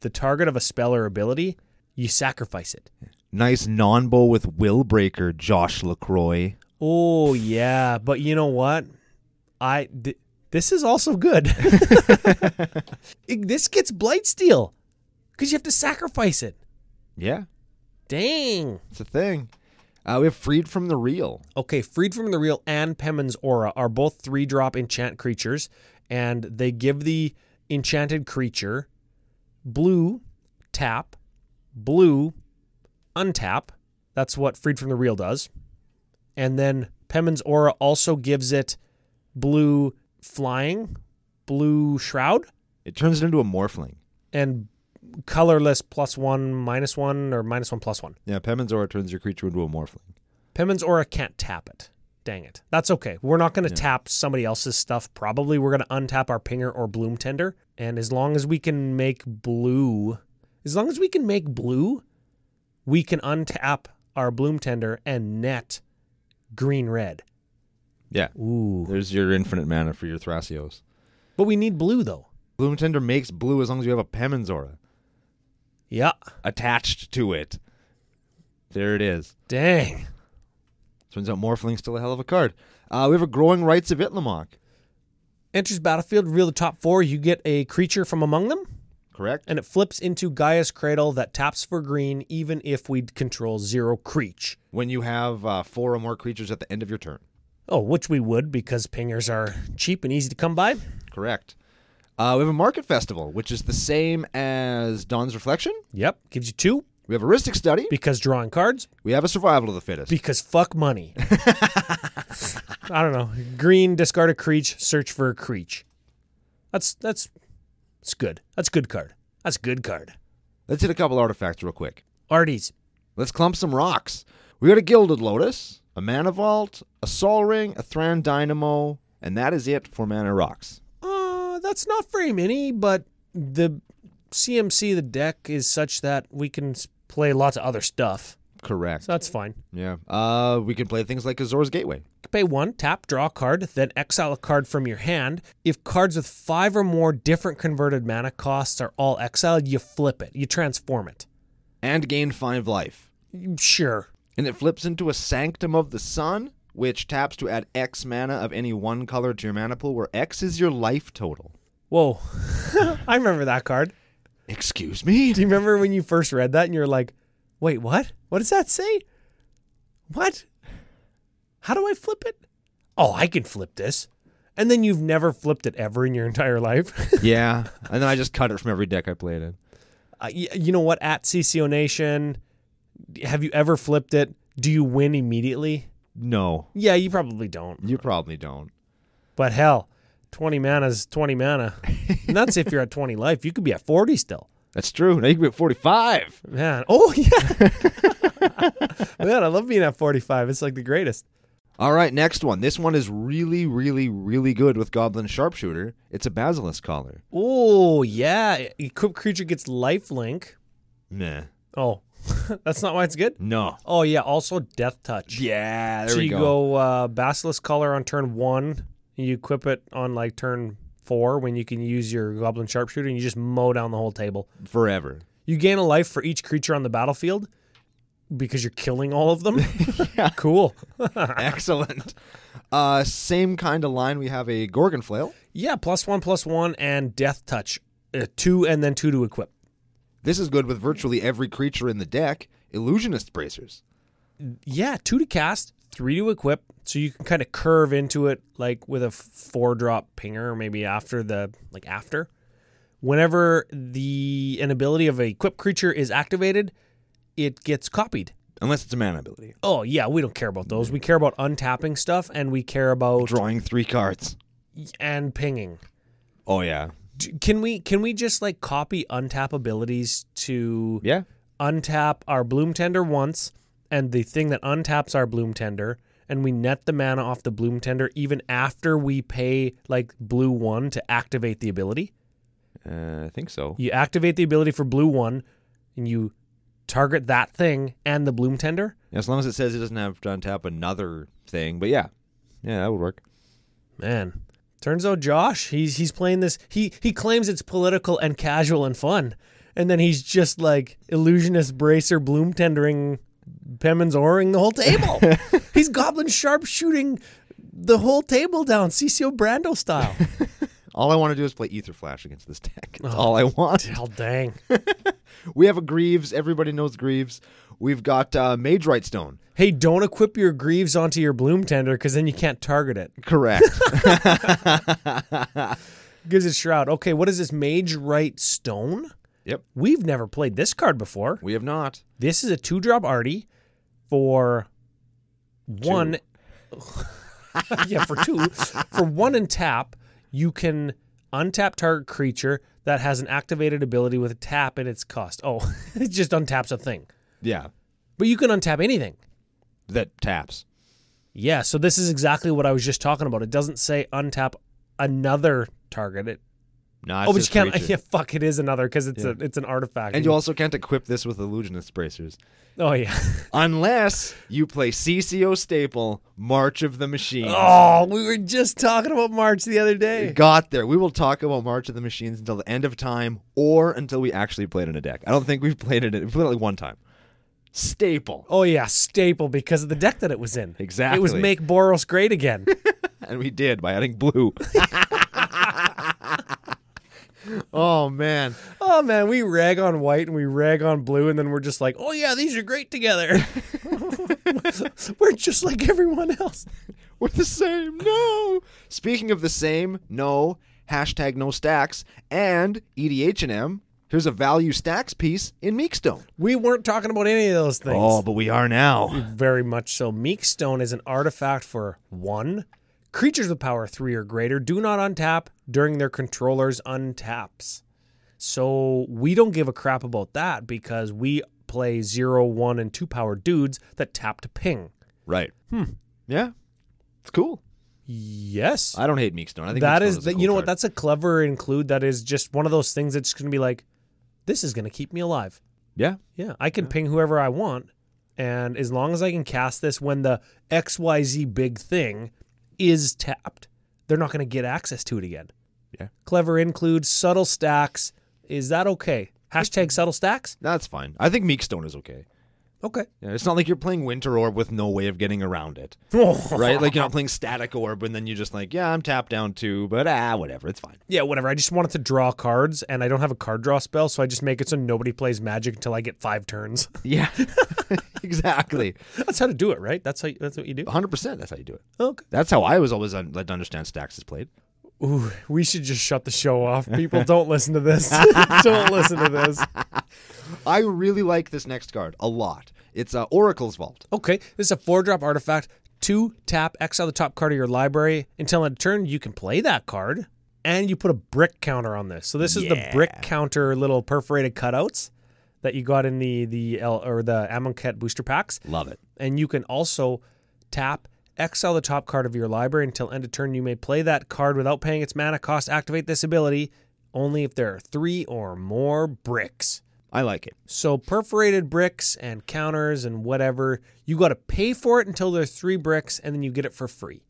Speaker 2: the target of a spell or ability, you sacrifice it.
Speaker 1: Nice non-bow with will breaker, Josh Lacroix.
Speaker 2: Oh yeah, but you know what? I th- this is also good. It- this gets blightsteel because you have to sacrifice it.
Speaker 1: Yeah,
Speaker 2: Dang.
Speaker 1: it's a thing. Uh, we have freed from the real.
Speaker 2: Okay, Freed from the Real and Pemon's Aura are both three drop enchant creatures, and they give the enchanted creature blue, tap, blue, untap. That's what Freed from the Real does. And then Pemon's Aura also gives it blue flying, blue shroud,
Speaker 1: It turns it into a morphling.
Speaker 2: and colorless plus one, minus one, or minus one plus one.
Speaker 1: Yeah, Pemon's aura turns your creature into a morphling.
Speaker 2: Pimmons Aura can't tap it. Dang it. That's okay. We're not going to tap somebody else's stuff. Probably we're going to untap our Pinger or Bloom Tender. And as long as we can make blue, as long as we can make blue, we can untap our Bloom Tender and net green red.
Speaker 1: Yeah,
Speaker 2: Ooh.
Speaker 1: there's your infinite mana for your Thrasios.
Speaker 2: But we need blue though.
Speaker 1: Bloom Tender makes blue as long as you have a Pemon's aura.
Speaker 2: Yeah.
Speaker 1: attached to it. There it is.
Speaker 2: Dang.
Speaker 1: Turns out Morphling's still a hell of a card. Uh, we have a growing rights of Itlamok,
Speaker 2: Enters battlefield, reveal the top four. You get a creature from among them.
Speaker 1: correct?
Speaker 2: and it flips into Gaia's Cradle that taps for green, even if we control zero creature.
Speaker 1: When you have uh, four or more creatures at the end of your turn,
Speaker 2: Oh, which we would because pingers are cheap and easy to come by.
Speaker 1: correct? Uh, we have a Market Festival, which is the same as Dawn's Reflection.
Speaker 2: Yep, gives you two
Speaker 1: We have a Ristic Study.
Speaker 2: because drawing cards
Speaker 1: We have a Survival of the Fittest.
Speaker 2: because fuck money. I don't know. Green discard a creature, search for a creature. That's that's it's good. That's good card. That's good card.
Speaker 1: Let's hit a couple artifacts real quick.
Speaker 2: Arties.
Speaker 1: Let's clump some rocks. We got a Gilded Lotus, a Mana Vault, a Sol Ring, a Thran Dynamo, and that is it for Mana Rocks.
Speaker 2: Uh, that's not very many, but the CMC the deck is such that we can s- play lots of other stuff.
Speaker 1: Correct.
Speaker 2: So that's fine.
Speaker 1: Yeah. Uh, we can play things like Azor's Gateway.
Speaker 2: Pay one, tap, draw a card, then exile a card from your hand. If cards with five or more different converted mana costs are all exiled, you flip it, you transform it.
Speaker 1: And gain five life.
Speaker 2: Sure.
Speaker 1: And it flips into a Sanctum of the Sun, which taps to add X mana of any one color to your mana pool, where X is your life total.
Speaker 2: Whoa. I remember that card.
Speaker 1: Excuse me?
Speaker 2: Do you remember when you first read that and you're like, wait, what? What does that say? What? How do I flip it? Oh, I can flip this. And then you've never flipped it ever in your entire life.
Speaker 1: yeah. And then I just cut it from every deck I played in.
Speaker 2: uh, y- you know what? At CCO Nation, have you ever flipped it? Do you win immediately?
Speaker 1: No,
Speaker 2: Yeah, you probably don't.
Speaker 1: you probably don't.
Speaker 2: But hell, 20 mana is 20 mana. and that's if you're at 20 life. You could be at 40 still.
Speaker 1: That's true. Now you can be at 45.
Speaker 2: Man. Oh, yeah. Man, I love being at 45. It's like the greatest.
Speaker 1: All right, next one. This one is really, really, really good with Goblin Sharpshooter. It's a Basilisk Collar.
Speaker 2: Oh, yeah. Equipped creature gets lifelink.
Speaker 1: Nah.
Speaker 2: Oh, that's not why it's good?
Speaker 1: No.
Speaker 2: Oh, yeah. Also, death touch.
Speaker 1: Yeah, there
Speaker 2: so
Speaker 1: we
Speaker 2: you go, uh, Basilisk Collar on turn one. You equip it on like turn four when you can use your goblin sharpshooter and you just mow down the whole table.
Speaker 1: forever.
Speaker 2: You gain a life for each creature on the battlefield because you're killing all of them. Cool.
Speaker 1: Excellent. Uh, same kind of line. We have a Gorgonflail.
Speaker 2: yeah, plus one, plus one, and death touch. Uh, two and then two to equip.
Speaker 1: This is good with virtually every creature in the deck. Illusionist bracers.
Speaker 2: Yeah, two to cast, three to equip. So you can kind of curve into it like with a four drop pinger, maybe after the like after. Whenever the an ability of a equip creature is activated, it gets copied.
Speaker 1: Unless it's a mana ability.
Speaker 2: Oh yeah, we don't care about those. We care about untapping stuff and we care about
Speaker 1: Drawing three cards.
Speaker 2: and pinging.
Speaker 1: Oh yeah.
Speaker 2: D- Can we can we just like copy untap abilities to
Speaker 1: Yeah.
Speaker 2: untap our bloom tender once and the thing that untaps our bloom tender and we net the mana off the bloom tender even after we pay like blue 1 to activate the ability?
Speaker 1: Uh, I think so.
Speaker 2: You activate the ability for blue 1 and you target that thing and the bloom tender?
Speaker 1: As long as it says it doesn't have to untap another thing, but yeah, yeah, that would work.
Speaker 2: Man. Turns out Josh, he's he's playing this he he claims it's political and casual and fun. And then he's just like illusionist bracer bloom tendering Pemmons oring the whole table. he's goblin sharp shooting the whole table down, Cecil Brando style.
Speaker 1: All I want to do is play Ether Flash against this deck. That's all I want.
Speaker 2: Hell dang.
Speaker 1: We have a Greaves. Everybody knows Greaves. We've got uh, Mage Right Stone.
Speaker 2: Hey, don't equip your greaves onto your bloom tender because then you can't target it.
Speaker 1: Correct.
Speaker 2: Gives it shroud. Okay, what is this mage right stone?
Speaker 1: yep.
Speaker 2: We've never played this card before.
Speaker 1: We have not.
Speaker 2: This is a two drop arty for one. yeah, for two. For one and tap, you can untap target creature that has an activated ability with a tap in its cost. Oh, it just untaps a thing.
Speaker 1: Yeah.
Speaker 2: But you can untap anything.
Speaker 1: That taps.
Speaker 2: Yeah, so this is exactly what I was just talking about. It doesn't say untap another target. It,
Speaker 1: No, it's
Speaker 2: oh, but you
Speaker 1: just
Speaker 2: can't.
Speaker 1: creature.
Speaker 2: Yeah, fuck, it is another because it's a it's an artifact.
Speaker 1: And you also can't equip this with Illusionist Bracers.
Speaker 2: oh yeah.
Speaker 1: Unless you play CCO Staple, March of the Machine.
Speaker 2: Oh, we were just talking about March the other day.
Speaker 1: Got there. We will talk about March of the Machines until the end of time or until we actually play it in a deck. I don't think we've played it, in, we played it like one time. Staple.
Speaker 2: Oh yeah, staple because of the deck that it was in. It was
Speaker 1: Exactly.
Speaker 2: make Boros great again.
Speaker 1: And we did by adding blue. oh, man.
Speaker 2: oh man, we rag on white and we rag on blue, and then we're just like, oh yeah, these are great together. we're just like everyone else.
Speaker 1: We're the same. No. Speaking of the same, no. Hashtag no stacks and EDHM. Here's a value stacks piece in Meekstone.
Speaker 2: We weren't talking about any of those things.
Speaker 1: Oh, but we are now.
Speaker 2: Very much so. Meekstone is an artifact for one. Creatures with power three or greater do not untap during their controller's untaps. So we don't give a crap about that because we play zero, one, and two power dudes that tap to ping.
Speaker 1: Right. Hmm. Yeah. It's cool.
Speaker 2: Yes.
Speaker 1: I don't hate Meekstone. I think
Speaker 2: that
Speaker 1: Meekstone
Speaker 2: is,
Speaker 1: a
Speaker 2: the,
Speaker 1: cool
Speaker 2: you know what?
Speaker 1: card.
Speaker 2: That's a clever include. That is just one of those things that's going to be like, this is going to keep me alive.
Speaker 1: yeah.
Speaker 2: Yeah, I can ping whoever I want, and as long as I can cast this when the XYZ big thing is tapped, they're not going to get access to it again.
Speaker 1: Yeah.
Speaker 2: Clever include, subtle stacks. Is that okay? Hashtag subtle stacks?
Speaker 1: That's fine. I think Meekstone is okay.
Speaker 2: Okay.
Speaker 1: Yeah, it's not like you're playing Winter Orb with no way of getting around it, right? like you're not playing Static Orb and then you're just like, yeah, I'm tapped down too, but ah, whatever, it's fine.
Speaker 2: Yeah, whatever. I just wanted to draw cards, and I don't have a card draw spell, so I just make it so nobody plays magic until I get five turns.
Speaker 1: Yeah, exactly.
Speaker 2: that's how to do it, right? That's how. That's what you do.
Speaker 1: 100%. That's how you do it.
Speaker 2: Okay.
Speaker 1: That's how I was always un- led to understand stacks is played.
Speaker 2: Ooh, we should just shut the show off. People, don't listen to this. don't listen to this.
Speaker 1: I really like this next card a lot. It's uh, Oracle's Vault.
Speaker 2: Okay, this is a four drop artifact. Two tap exile the top card of your library. Until end of turn, you can play that card, and you put a brick counter on this. So this is the brick counter little perforated cutouts that you got in the the L, or the Amonkhet booster packs,
Speaker 1: Love it.
Speaker 2: and you can also tap exile the top card of your library until end of turn. You may play that card without paying its mana cost. Activate this ability only if there are three or more bricks.
Speaker 1: I like it.
Speaker 2: So perforated bricks and counters and whatever, you got to pay for it until there's three bricks, and then you get it for free.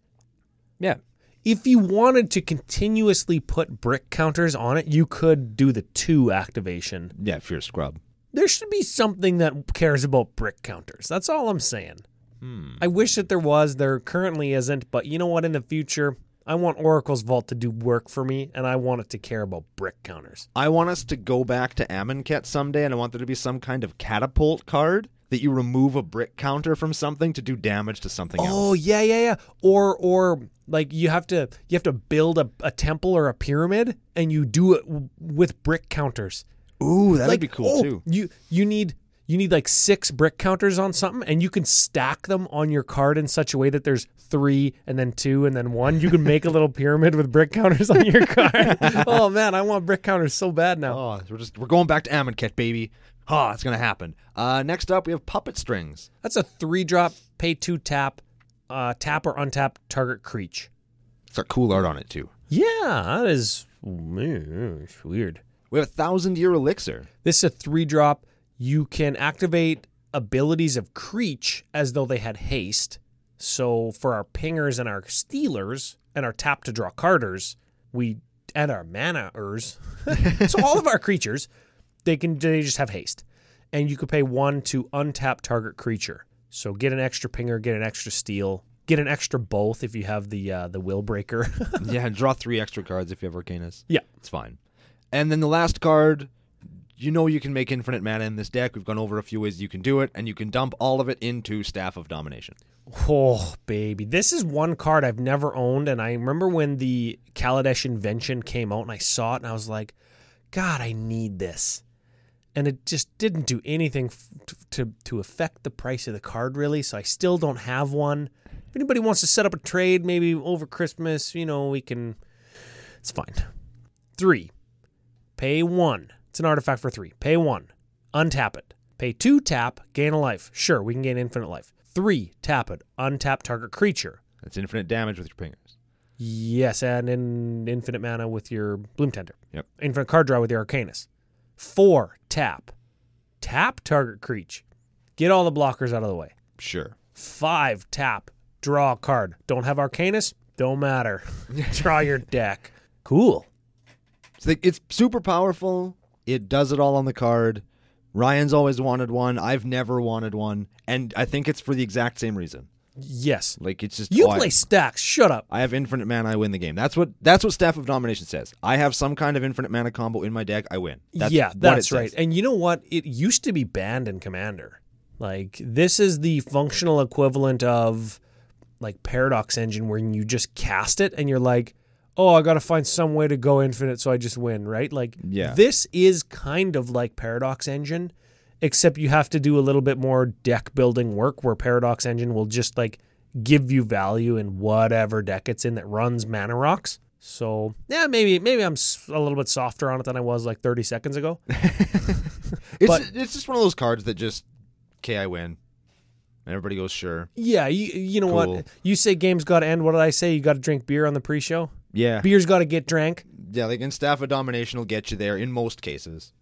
Speaker 1: Yeah.
Speaker 2: If you wanted to continuously put brick counters on it, you could do the two activation.
Speaker 1: Yeah, if you're a scrub.
Speaker 2: There should be something that cares about brick counters. That's all I'm saying.
Speaker 1: Hmm.
Speaker 2: I wish that there was. There currently isn't, but you know what? In the future, I want Oracle's Vault to do work for me, and I want it to care about brick counters.
Speaker 1: I want us to go back to Amonkhet someday, and I want there to be some kind of catapult card that you remove a brick counter from something to do damage to something
Speaker 2: Oh
Speaker 1: else.
Speaker 2: yeah, yeah, yeah. Or or like you have to you have to build a, a temple or a pyramid, and you do it w- with brick counters.
Speaker 1: Ooh, that'd
Speaker 2: like,
Speaker 1: be cool
Speaker 2: oh,
Speaker 1: too.
Speaker 2: You you need you need like six brick counters on something, and you can stack them on your card in such a way that there's three, and then two, and then one. You can make a little pyramid with brick counters on your card. oh man, I want brick counters so bad now.
Speaker 1: Oh, we're just we're going back to Amonkhet, baby. Ha, it's gonna happen. Uh, next up, we have puppet strings.
Speaker 2: That's a three drop, pay two tap, uh, tap or untap target creature.
Speaker 1: It's got cool art on it too.
Speaker 2: Yeah, that is mm, it's weird.
Speaker 1: We have a thousand year elixir.
Speaker 2: This is a three drop. You can activate abilities of Creech as though they had haste. So for our pingers and our stealers and our tap to draw carders, we and our manaers, so all of our creatures, they can they just have haste, and you could pay one to untap target creature. So get an extra pinger, get an extra steal, get an extra both if you have the uh, the will breaker.
Speaker 1: yeah, draw three extra cards if you have Arcanus.
Speaker 2: yeah,
Speaker 1: It's fine. And then the last card, you know you can make infinite mana in this deck. We've gone over a few ways you can do it, and you can dump all of it into Staff of Domination.
Speaker 2: Oh, baby. This is one card I've never owned. And I remember when the Kaladesh invention came out and I saw it and I was like, God, I need this. And it just didn't do anything f- t- to, to affect the price of the card, really. So I still don't have one. If anybody wants to set up a trade, maybe over Christmas, you know, we can. It's fine. Three, pay one. It's an artifact for three. Pay one, untap it. Pay two, tap, gain a life. Sure, we can gain infinite life. Three, tap it, untap target creature.
Speaker 1: That's infinite damage with your pingers.
Speaker 2: Yes, and in infinite mana with your Bloom Tender.
Speaker 1: Yep.
Speaker 2: Infinite card draw with your Arcanus. Four, tap. Tap target creature. Get all the blockers out of the way.
Speaker 1: Sure.
Speaker 2: Five, tap. Draw a card. Don't have Arcanus? Don't matter. draw your deck. Cool.
Speaker 1: So like, it's super powerful. It does it all on the card. Ryan's always wanted one. I've never wanted one, and I think it's for the exact same reason.
Speaker 2: Yes.
Speaker 1: Like it's just
Speaker 2: You
Speaker 1: oh, I-
Speaker 2: play stacks. Shut up.
Speaker 1: I have infinite mana. I win the game. That's what that's what Staff of Domination says. I have some kind of infinite mana combo in my deck. I win. That's
Speaker 2: yeah,
Speaker 1: what it
Speaker 2: that's right.
Speaker 1: says.
Speaker 2: And you know what? It used to be banned in Commander. Like this is the functional equivalent of like Paradox Engine, where you just cast it and you're like, oh, I got to find some way to go infinite, so I just win, right? Like,
Speaker 1: Yeah.
Speaker 2: this is kind of like Paradox Engine, except you have to do a little bit more deck building work, where Paradox Engine will just like give you value in whatever deck it's in that runs mana rocks. So yeah, maybe maybe I'm s- a little bit softer on it than I was like 30 seconds ago.
Speaker 1: It's
Speaker 2: But-
Speaker 1: it's just one of those cards that just okay, I win. And everybody goes sure.
Speaker 2: Yeah, you you know
Speaker 1: Cool.
Speaker 2: what? You say games got to end. What did I say? You got to drink beer on the pre-show.
Speaker 1: Yeah,
Speaker 2: Beer's got to get drank.
Speaker 1: yeah. Like in Staff of Domination will get you there in most cases.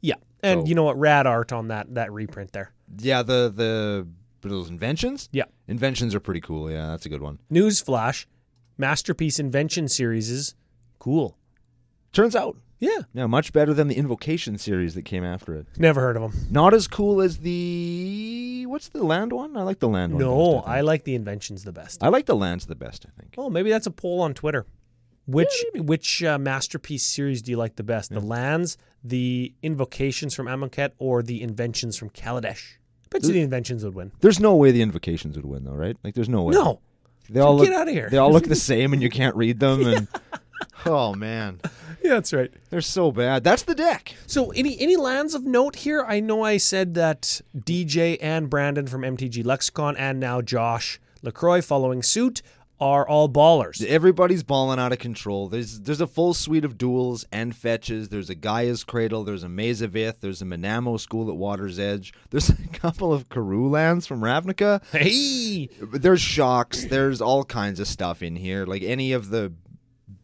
Speaker 2: Yeah, and
Speaker 1: So-
Speaker 2: you know what? Rad art on that that reprint there.
Speaker 1: Yeah, the the what are those inventions.
Speaker 2: Yeah.
Speaker 1: inventions are pretty cool. Yeah, that's a good one.
Speaker 2: Newsflash, masterpiece invention series is cool.
Speaker 1: Turns out,
Speaker 2: Yeah,
Speaker 1: yeah, much better than the Invocation series that came after it.
Speaker 2: never heard of them.
Speaker 1: Not as cool as the what's the land one? I like the land one.
Speaker 2: No,
Speaker 1: best, I,
Speaker 2: I like the inventions the best.
Speaker 1: think. I like the lands the best. I think.
Speaker 2: Oh, maybe that's a poll on Twitter. Which which uh, masterpiece series do you like the best? The lands, the invocations from Amonkhet, or the inventions from Kaladesh? Bet you the inventions would win.
Speaker 1: There's no way the Invocations would win though, right? Like, there's no way.
Speaker 2: No,
Speaker 1: they all
Speaker 2: Get
Speaker 1: look,
Speaker 2: outta here.
Speaker 1: They all look the same, and you can't read them. And oh man,
Speaker 2: yeah, that's right.
Speaker 1: they're so bad. That's the deck.
Speaker 2: So any any lands of note here? I know I said that DJ and Brandon from MTG Lexicon and now Josh Lacroix following suit are all ballers.
Speaker 1: Everybody's balling out of control. There's there's a full suite of duels and fetches. There's a Gaia's Cradle. There's a Maze of Ith. There's a Manamo School at Water's Edge. There's a couple of Karoo lands from Ravnica.
Speaker 2: Hey,
Speaker 1: There's shocks. There's all kinds of stuff in here. Like any of the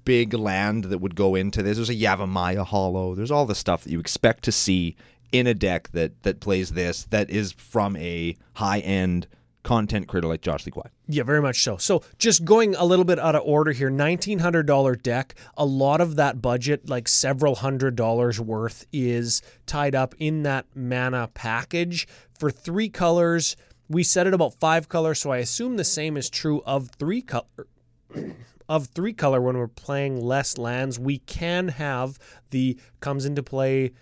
Speaker 1: big land that would go into this. There's a Yavamaya Hollow. There's all the stuff that you expect to see in a deck that that plays this. That is from a high end content creator like Josh Lee Quine.
Speaker 2: Yeah, very much so. So, just going a little bit out of order here, $1,900 deck, a lot of that budget, like several hundred dollars worth, is tied up in that mana package for three colors. We set it about five colors, so I assume the same is true of three color. Of three color, when we're playing less lands, we can have the comes into play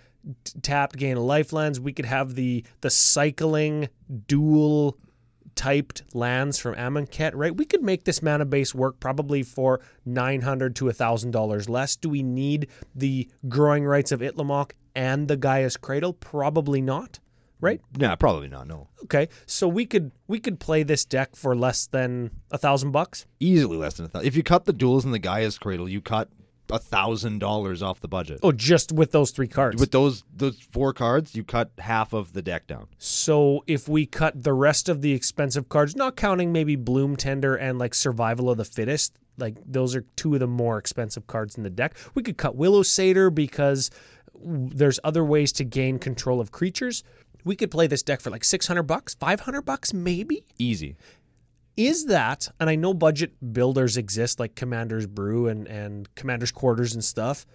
Speaker 2: t- tapped gain a life lands. We could have the the cycling dual typed lands from Amonkhet, right? We could make this mana base work probably for nine hundred to thousand dollars less. Do we need the growing rights of Itlamok and the Gaia's Cradle? Probably not, right?
Speaker 1: Nah, probably not. No,
Speaker 2: Okay, so we could we could play this deck for less than a thousand bucks.
Speaker 1: easily less than a thousand. If you cut the duels and the Gaia's Cradle, you cut a thousand dollars off the budget.
Speaker 2: Oh, just with those three cards.
Speaker 1: With those those four cards, you cut half of the deck down.
Speaker 2: So if we cut the rest of the expensive cards, not counting maybe Bloom Tender and like Survival of the Fittest, like those are two of the more expensive cards in the deck. We could cut Willow Satyr because w- there's other ways to gain control of creatures. We could play this deck for like 600 bucks, 500 bucks maybe.
Speaker 1: Easy.
Speaker 2: Is that, and I know budget builders exist like Commander's Brew and, and Commander's Quarters and stuff.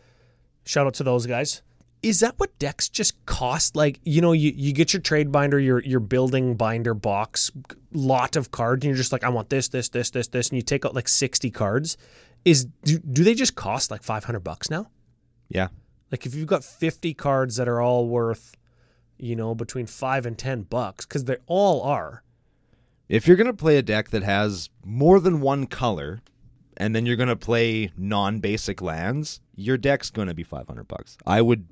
Speaker 2: Shout out to those guys. Is that what decks just cost? Like, you know, you, you get your trade binder, your your building binder box, lot of cards, and you're just like, I want this, this, this, this, this, and you take out like 60 cards. Is do, do they just cost like 500 bucks now?
Speaker 1: Yeah.
Speaker 2: Like if you've got 50 cards that are all worth, you know, between 5 and 10 bucks cuz they all are.
Speaker 1: If you're gonna play a deck that has more than one color, and then you're gonna play non-basic lands, your deck's gonna be five hundred bucks. I would,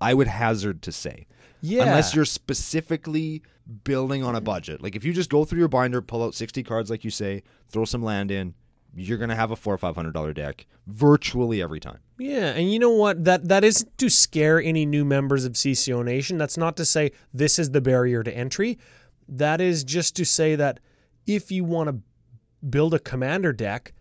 Speaker 1: I would hazard to say,
Speaker 2: Yeah.
Speaker 1: unless you're specifically building on a budget. Like if you just go through your binder, pull out sixty cards, like you say, throw some land in, you're gonna have a four or five hundred dollar deck virtually every time.
Speaker 2: Yeah, and you know what? That that isn't to scare any new members of CCO Nation. That's not to say this is the barrier to entry. That is just to say that if you want to build a commander deck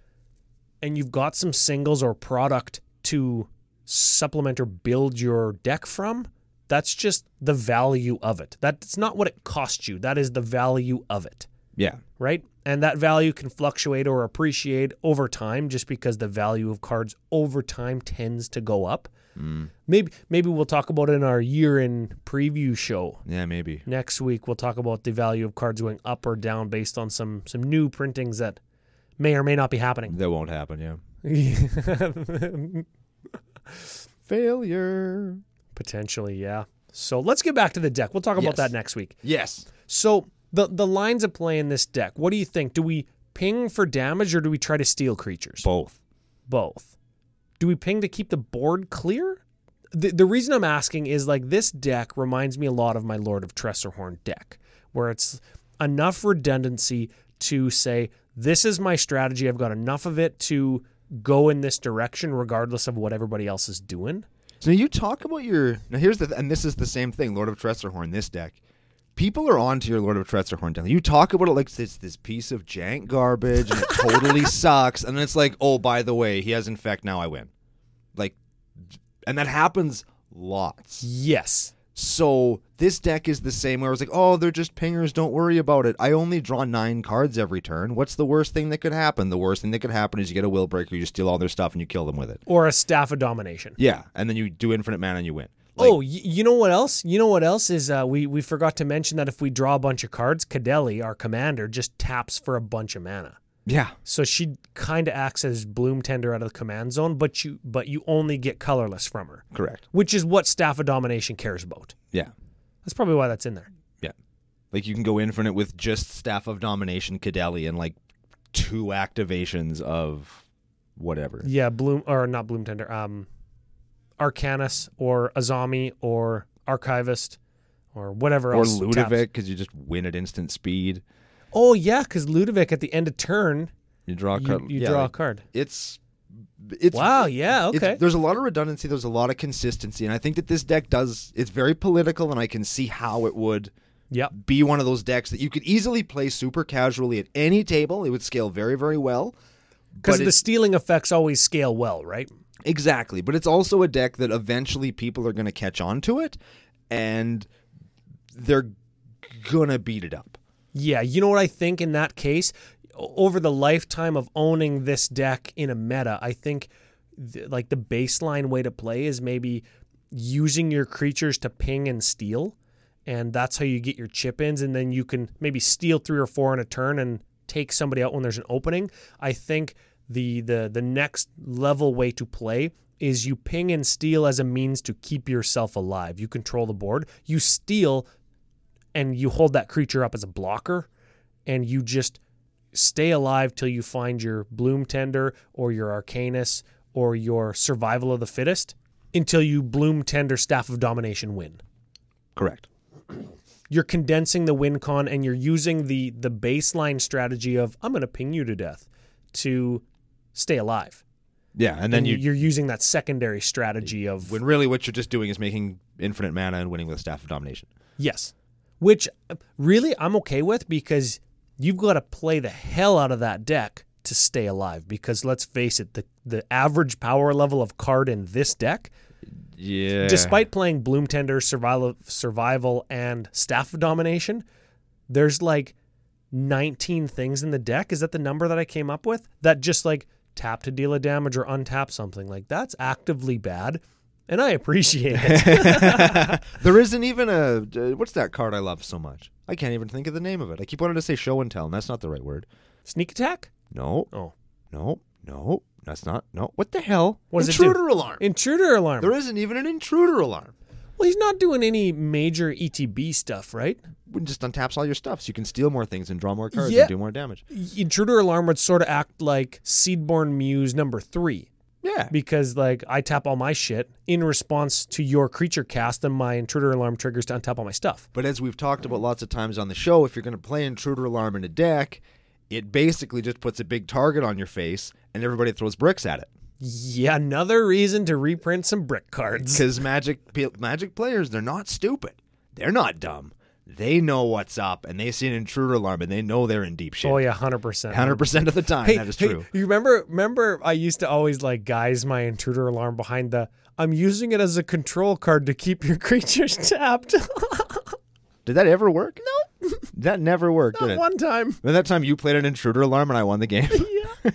Speaker 2: and you've got some singles or product to supplement or build your deck from, that's just the value of it. That's not what it costs you. That is the value of it
Speaker 1: Yeah.
Speaker 2: right? And that value can fluctuate or appreciate over time just because the value of cards over time tends to go up. Maybe maybe we'll talk about it in our year in preview show.
Speaker 1: Yeah, maybe.
Speaker 2: Next week we'll talk about the value of cards going up or down based on some some new printings that may or may not be happening.
Speaker 1: That won't happen, yeah. Failure.
Speaker 2: Potentially, yeah. So let's get back to the deck. We'll talk about
Speaker 1: Yes.
Speaker 2: that next week.
Speaker 1: Yes.
Speaker 2: So the the lines of play in this deck, what do you think? Do we ping for damage or do we try to steal creatures?
Speaker 1: Both.
Speaker 2: both. Do we ping to keep the board clear? The, the reason I'm asking is like this deck reminds me a lot of my Lord of Tressorhorn deck, where it's enough redundancy to say, this is my strategy. I've got enough of it to go in this direction, regardless of what everybody else is doing.
Speaker 1: So you talk about your now. Here's the th- and this is the same thing. Lord of Tressorhorn. This deck, people are onto your Lord of Tressorhorn deck. You talk about it like it's this piece of jank garbage and it totally sucks. And it's like, oh, by the way, he has infect. Now I win. Like, and that happens lots.
Speaker 2: Yes.
Speaker 1: So this deck is the same. Where I was like, oh, they're just pingers. Don't worry about it. I only draw nine cards every turn. What's the worst thing that could happen? The worst thing that could happen is you get a will breaker. You steal all their stuff and you kill them with it.
Speaker 2: Or a Staff of Domination.
Speaker 1: Yeah, and then you do infinite mana and you win. Like,
Speaker 2: oh, y- you know what else? You know what else is uh, we we forgot to mention that if we draw a bunch of cards, Kadeli, our commander, just taps for a bunch of mana.
Speaker 1: yeah.
Speaker 2: So she kind of acts as bloom tender out of the command zone, but you but you only get colorless from her,
Speaker 1: Correct.
Speaker 2: which is what staff of domination cares about.
Speaker 1: Yeah.
Speaker 2: That's probably why that's in there.
Speaker 1: Yeah. Like you can go infinite with just Staff of Domination Kadeli and like two activations of whatever.
Speaker 2: Yeah, bloom or not bloom tender, um Arcanus or Azami or Archivist or whatever
Speaker 1: Or
Speaker 2: else. taps.
Speaker 1: Ludovic because you just win at instant speed.
Speaker 2: Oh yeah, cuz Ludovic at the end of turn,
Speaker 1: You draw a
Speaker 2: you,
Speaker 1: card.
Speaker 2: you
Speaker 1: yeah,
Speaker 2: draw a
Speaker 1: like,
Speaker 2: card.
Speaker 1: it's it's
Speaker 2: Wow, yeah,
Speaker 1: it's-
Speaker 2: okay.
Speaker 1: there's a lot of redundancy. There's a lot of consistency, and I think that this deck does. It's very political, and I can see how it would
Speaker 2: Yep.
Speaker 1: be one of those decks that you could easily play super casually at any table. It would scale very, very well.
Speaker 2: Cuz
Speaker 1: But
Speaker 2: the
Speaker 1: it's-
Speaker 2: stealing effects always scale well, right?
Speaker 1: Exactly, but it's also a deck that eventually people are going to catch on to it, and they're gonna beat it up.
Speaker 2: Yeah, you know what I think in that case? O- Over the lifetime of owning this deck in a meta, I think th- like the baseline way to play is maybe using your creatures to ping and steal. And that's how you get your chip ins. And then you can maybe steal three or four in a turn and take somebody out when there's an opening. I think the the the next level way to play is you ping and steal as a means to keep yourself alive. You control the board. You steal and you hold that creature up as a blocker and you just stay alive till you find your bloom tender or your arcanus or your survival of the fittest until you bloom tender staff of domination win
Speaker 1: Correct.
Speaker 2: you're condensing the win con and you're using the the baseline strategy of i'm going to ping you to death to stay alive
Speaker 1: Yeah, and then you,
Speaker 2: you're using that secondary strategy of
Speaker 1: when really what you're just doing is making infinite mana and winning with staff of domination.
Speaker 2: Yes. Which uh, really I'm okay with because you've got to play the hell out of that deck to stay alive because let's face it the the average power level of card in this deck
Speaker 1: Yeah.
Speaker 2: despite playing bloom tender survival survival and staff of domination there's like 19 things in the deck is that the number that I came up with that just like tap to deal a damage or untap something like that's actively bad and I appreciate it
Speaker 1: there isn't even a uh, what's that card I love so much? I can't even think of the name of it. I keep wanting to say show and tell, and that's not the right word.
Speaker 2: sneak attack
Speaker 1: No,
Speaker 2: oh
Speaker 1: no, no, that's not. No, what the hell?
Speaker 2: What does it do?
Speaker 1: intruder alarm.
Speaker 2: intruder alarm
Speaker 1: there isn't even an intruder alarm.
Speaker 2: Well, he's not doing any major ETB stuff, right?
Speaker 1: It just untaps all your stuff, so you can steal more things and draw more cards
Speaker 2: Yeah.
Speaker 1: and do more damage.
Speaker 2: Intruder Alarm would sort of act like Seedborn Muse number three
Speaker 1: Yeah,
Speaker 2: because, like, I tap all my shit in response to your creature cast, and my Intruder Alarm triggers to untap all my stuff.
Speaker 1: But as we've talked about lots of times on the show, if you're going to play Intruder Alarm in a deck, it basically just puts a big target on your face and everybody throws bricks at it.
Speaker 2: Yeah, another reason to reprint some brick cards.
Speaker 1: Because magic, pe- magic players, they're not stupid. They're not dumb. They know what's up and they see an Intruder Alarm and they know they're in deep shit.
Speaker 2: Oh, yeah, 100%.
Speaker 1: 100% of the time,
Speaker 2: Hey,
Speaker 1: that is
Speaker 2: hey,
Speaker 1: true.
Speaker 2: you remember? Remember, I used to always like guise my intruder alarm behind the. I'm using it as a control card to keep your creatures tapped.
Speaker 1: Did that ever work? No. that never worked, did it?
Speaker 2: One time,
Speaker 1: Remember that time you played an Intruder Alarm and I won the game?
Speaker 2: yeah.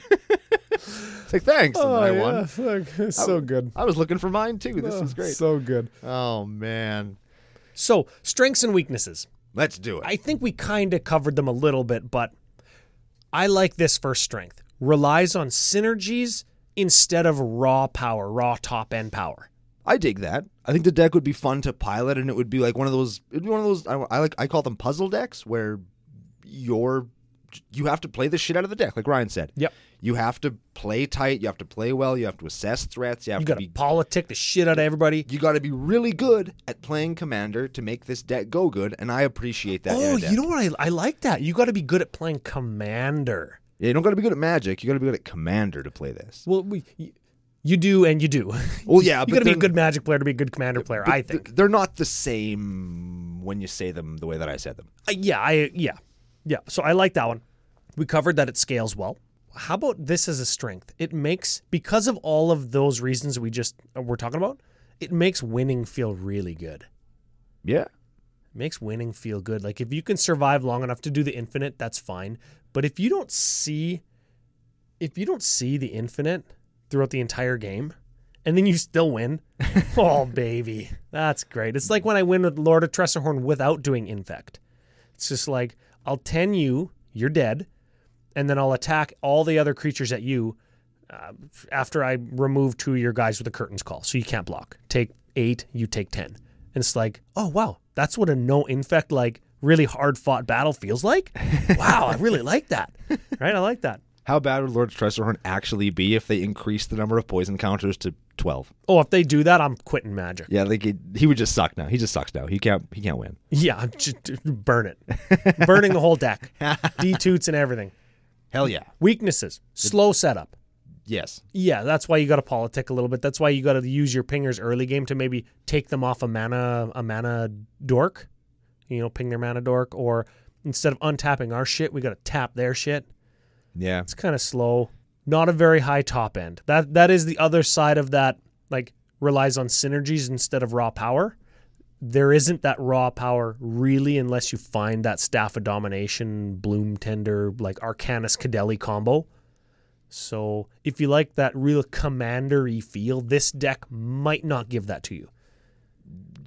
Speaker 1: it's like, thanks. and
Speaker 2: Oh,
Speaker 1: I
Speaker 2: yeah.
Speaker 1: won.
Speaker 2: Fuck. It's so good.
Speaker 1: I was looking for mine too. This is great.
Speaker 2: Oh, So good.
Speaker 1: oh, man.
Speaker 2: So, strengths and weaknesses.
Speaker 1: Let's do it.
Speaker 2: I think we kind of covered them a little bit, but I like this first strength. Relies on synergies instead of raw power, raw top end power.
Speaker 1: I dig that. I think the deck would be fun to pilot, and it would be like one of those. It'd be one of those. I, I like. I call them puzzle decks where you're you have to play the shit out of the deck, like Ryan said.
Speaker 2: Yep.
Speaker 1: You have to play tight. You have to play well. You have to assess threats. You have
Speaker 2: You
Speaker 1: to
Speaker 2: got to
Speaker 1: be.
Speaker 2: politic the shit out of everybody.
Speaker 1: You got to be really good at playing Commander to make this deck go good, and I appreciate that. in a
Speaker 2: Oh,
Speaker 1: deck.
Speaker 2: you know what? I, I like that. You got to be good at playing commander.
Speaker 1: yeah, you don't got to be good at Magic. You got to be good at Commander to play this.
Speaker 2: Well, we, y- you do and you do.
Speaker 1: Well, yeah,
Speaker 2: you
Speaker 1: but
Speaker 2: got to be a
Speaker 1: then-
Speaker 2: good magic player to be a good commander player, I
Speaker 1: Th-
Speaker 2: think.
Speaker 1: they're not the same when you say them the way that I said them.
Speaker 2: Uh, yeah, I yeah, yeah. So I like that one. We covered that it scales well. How about this as a strength? It makes because of all of those reasons we just uh, were talking about. It makes winning feel really good.
Speaker 1: Yeah.
Speaker 2: It makes winning feel good. Like if you can survive long enough to do the infinite, that's fine. But if you don't see, if you don't see the infinite throughout the entire game, and then you still win, oh baby, that's great. It's like when I win with Lord of Tressorhorn without doing infect. It's just like I'll ten you, you're dead, and then I'll attack all the other creatures at you. Uh, after I remove two of your guys with a curtains call, so you can't block. Take eight, you take ten, and it's like, oh wow, that's what a no infect like really hard fought battle feels like. wow, I really like that. Right, I like that.
Speaker 1: How bad would Lord Tressorhorn actually be if they increased the number of poison counters to twelve?
Speaker 2: Oh, if they do that, I'm quitting Magic.
Speaker 1: Yeah, like he, he would just suck now. He just sucks now. He can't he can't win.
Speaker 2: Yeah, I'm just burn it, burning the whole deck, D toots and everything.
Speaker 1: Hell yeah.
Speaker 2: Weaknesses: slow setup.
Speaker 1: Yes.
Speaker 2: Yeah, that's why you got to politic a little bit. That's why you got to use your pingers early game to maybe take them off a mana a mana dork, you know, ping their mana dork, or instead of untapping our shit, we got to tap their shit.
Speaker 1: Yeah.
Speaker 2: It's kind of slow, not a very high top end. That that is the other side of that. Like relies on synergies instead of raw power. there isn't that raw power really unless you find that staff of domination bloom tender like arcanus cadelli combo so if you like that real commandery feel this deck might not give that to you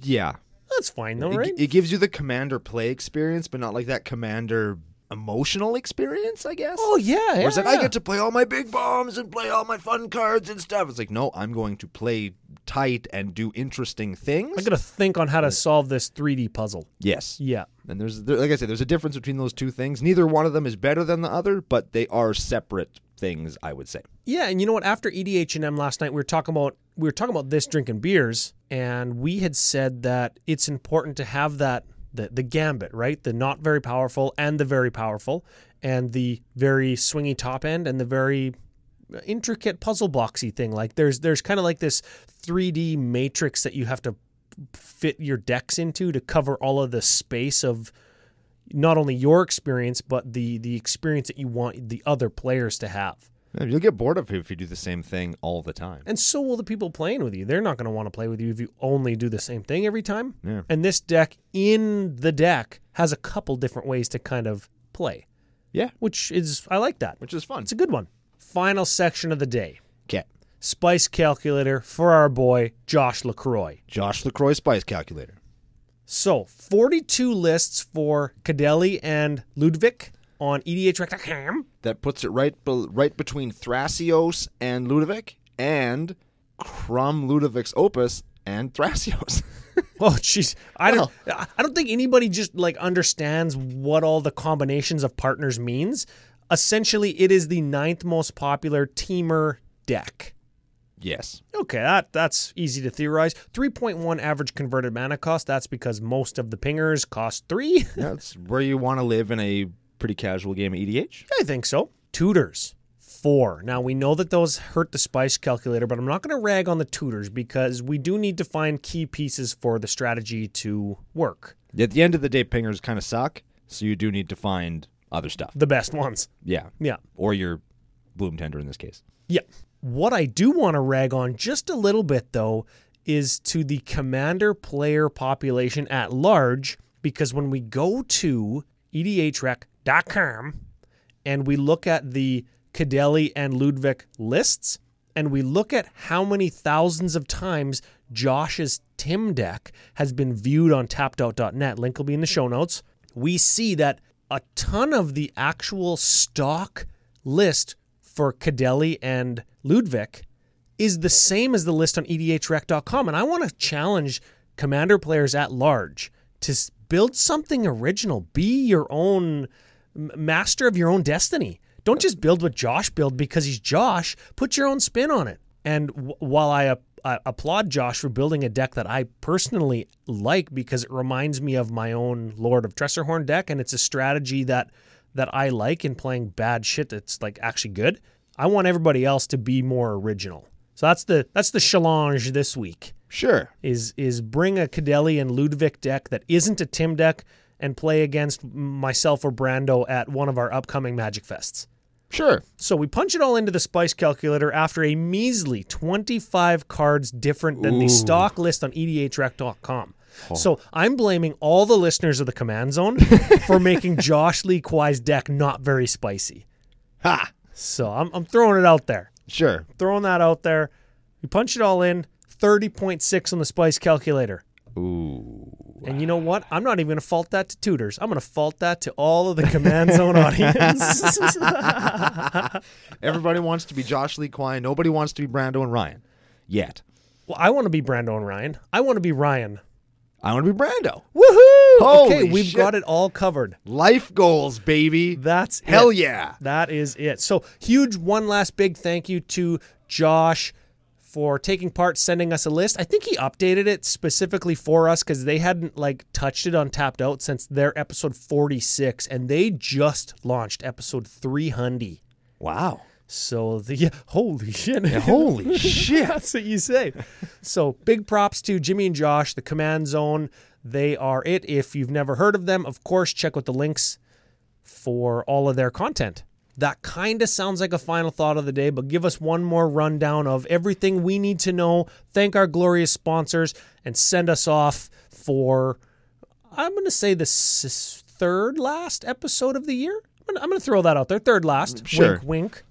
Speaker 1: Yeah.
Speaker 2: that's fine though
Speaker 1: It-
Speaker 2: right
Speaker 1: It, gives you the commander play experience, but not like that commander emotional experience, I guess.
Speaker 2: oh yeah,
Speaker 1: Whereas like,
Speaker 2: yeah.
Speaker 1: I get to play all my big bombs and play all my fun cards and stuff. It's like, no, I'm going to play tight and do interesting things.
Speaker 2: I gotta think on how
Speaker 1: Mm.
Speaker 2: to solve this 3d puzzle
Speaker 1: yes.
Speaker 2: yeah
Speaker 1: And there's, there, like I said, there's a difference between those two things. Neither one of them is better than the other, but they are separate things, I would say.
Speaker 2: Yeah, and you know what? After EDH and M last night, we were talking about we were talking about this drinking beers, and we had said that it's important to have that the the gambit, right? The not very powerful and the very powerful, and the very swingy top end and the very intricate puzzle boxy thing. Like there's there's kind of like this 3D matrix that you have to fit your decks into to cover all of the space of not only your experience but the the experience that you want the other players to have.
Speaker 1: Yeah, You'll get bored of it if you do the same thing all the time.
Speaker 2: And so will the people playing with you. They're not going to want to play with you if you only do the same thing every time.
Speaker 1: Yeah.
Speaker 2: And this deck in the deck has a couple different ways to kind of play,
Speaker 1: Yeah,
Speaker 2: which is, I like that.
Speaker 1: which is fun.
Speaker 2: It's a good one. Final section of the day
Speaker 1: Okay.
Speaker 2: Spice Calculator for our boy, Josh LaCroix.
Speaker 1: Josh LaCroix Spice Calculator.
Speaker 2: So, 42 lists for Cadelli and Ludwig on E EDHREC.com.
Speaker 1: that puts it right be- right between Thrasios and Ludovic and Crom Ludovic's opus and Thrasios.
Speaker 2: Oh, jeez. I don't. I don't think anybody just like understands what all the combinations of partners means. Essentially, it is the ninth most popular teamer deck.
Speaker 1: yes.
Speaker 2: Okay, that that's easy to theorize. Three point one average converted mana cost. That's because most of the pingers cost three.
Speaker 1: That's where you want to live in a pretty casual game of E EDH.
Speaker 2: I think so. Tutors. Four. Now we know that those hurt the spice calculator, but I'm not going to rag on the tutors because we do need to find key pieces for the strategy to work.
Speaker 1: At the end of the day, pingers kind of suck, so you do need to find other stuff.
Speaker 2: The best ones.
Speaker 1: Yeah.
Speaker 2: Yeah.
Speaker 1: Or your bloom tender in this case.
Speaker 2: Yeah. What I do want to rag on just a little bit, though, is to the commander player population at large, because when we go to edhrec.com and we look at the Cadelli and Ludwig lists, and we look at how many thousands of times Josh's Tim deck has been viewed on tappedout.net, link will be in the show notes, we see that a ton of the actual stock list for Cadelli and Ludwig is the same as the list on E edhrec.com. And I want to challenge commander players at large to s- build something original, be your own m- master of your own destiny. Don't just build what Josh built because he's Josh. Put your own spin on it. And w- while I, ap- I applaud Josh for building a deck that I personally like because it reminds me of my own Lord of Tressorhorn deck, and it's a strategy that that I like in playing bad shit that's like actually good. I want everybody else to be more original. So that's the that's the challenge this week
Speaker 1: Sure.
Speaker 2: is is bring a Cadelli and Ludwig deck that isn't a Tim deck and play against myself or Brando at one of our upcoming Magic Fests.
Speaker 1: Sure.
Speaker 2: So we punch it all into the spice calculator after a measly 25 cards different than the stock list on E edhrec.com. So I'm blaming all the listeners of the command zone for making Josh Lee Kwai's deck not very spicy.
Speaker 1: Ha.
Speaker 2: So I'm, I'm throwing it out there.
Speaker 1: Sure.
Speaker 2: Throwing that out there. We punch it all in 30.6 on the spice calculator.
Speaker 1: Ooh.
Speaker 2: And you know what? I'm not even going to fault that to tutors. I'm going to fault that to all of the command zone audience.
Speaker 1: Everybody wants to be Josh Lee Quine. Nobody wants to be Brando and Ryan. Yet.
Speaker 2: well, I want to be Brando and Ryan. I want to be Ryan.
Speaker 1: I want to be Brando.
Speaker 2: Woohoo! okay,
Speaker 1: Holy
Speaker 2: we've
Speaker 1: shit.
Speaker 2: got it all covered.
Speaker 1: Life goals, baby.
Speaker 2: That's
Speaker 1: Hell
Speaker 2: it.
Speaker 1: yeah.
Speaker 2: That is it. So huge one last big thank you to Josh for taking part, sending us a list. I think he updated it specifically for us because they hadn't like touched it on Tapped Out since their episode 46, and they just launched episode 300.
Speaker 1: Wow.
Speaker 2: So the yeah, holy shit.
Speaker 1: Holy shit.
Speaker 2: That's what you say. So big props to Jimmy and Josh, the Command Zone. They are it. If you've never heard of them, of course, check out the links for all of their content. That kind of sounds like a final thought of the day, but give us one more rundown of everything we need to know. Thank our glorious sponsors and send us off for, I'm going to say the s- third last episode of the year. I'm going to throw that out there. Third last.
Speaker 1: Sure.
Speaker 2: Wink, wink.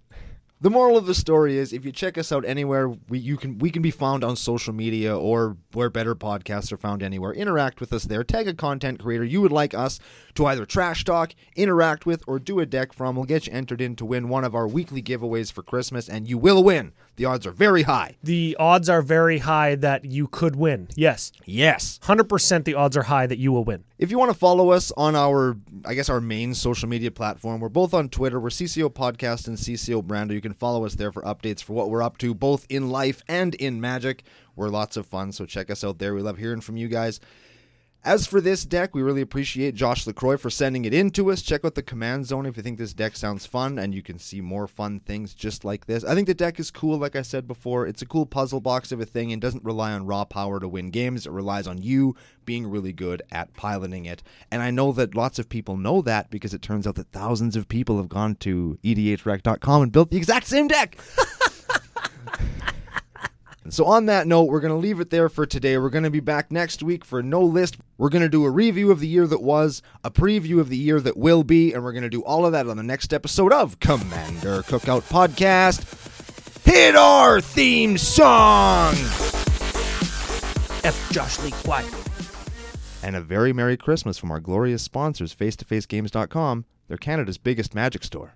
Speaker 1: The moral of the story is if you check us out anywhere, we you can we can be found on social media or where better podcasts are found anywhere. Interact with us there. Tag a content creator you would like us to either trash talk, interact with, or do a deck from. We'll get you entered in to win one of our weekly giveaways for Christmas, and you will win. The odds are very high.
Speaker 2: The odds are very high that you could win. Yes.
Speaker 1: Yes.
Speaker 2: 100% the odds are high that you will win.
Speaker 1: If you want to follow us on our, I guess, our main social media platform, we're both on Twitter. We're CCO Podcast and CCO Brando. You can follow us there for updates for what we're up to, both in life and in magic. We're lots of fun, so check us out there. We love hearing from you guys. As for this deck, we really appreciate Josh LaCroix for sending it in to us. Check out the command zone if you think this deck sounds fun and you can see more fun things just like this. I think the deck is cool, like I said before. It's a cool puzzle box of a thing and doesn't rely on raw power to win games. It relies on you being really good at piloting it. And I know that lots of people know that because it turns out that thousands of people have gone to E edhrec.com and built the exact same deck. And so, on that note, we're going to leave it there for today. We're going to be back next week for no list. We're going to do a review of the year that was, a preview of the year that will be, and we're going to do all of that on the next episode of Commander Cookout Podcast. Hit our theme song!
Speaker 2: F Josh Lee Quiet.
Speaker 1: And a very Merry Christmas from our glorious sponsors, face2facegames.com. They're Canada's biggest magic store.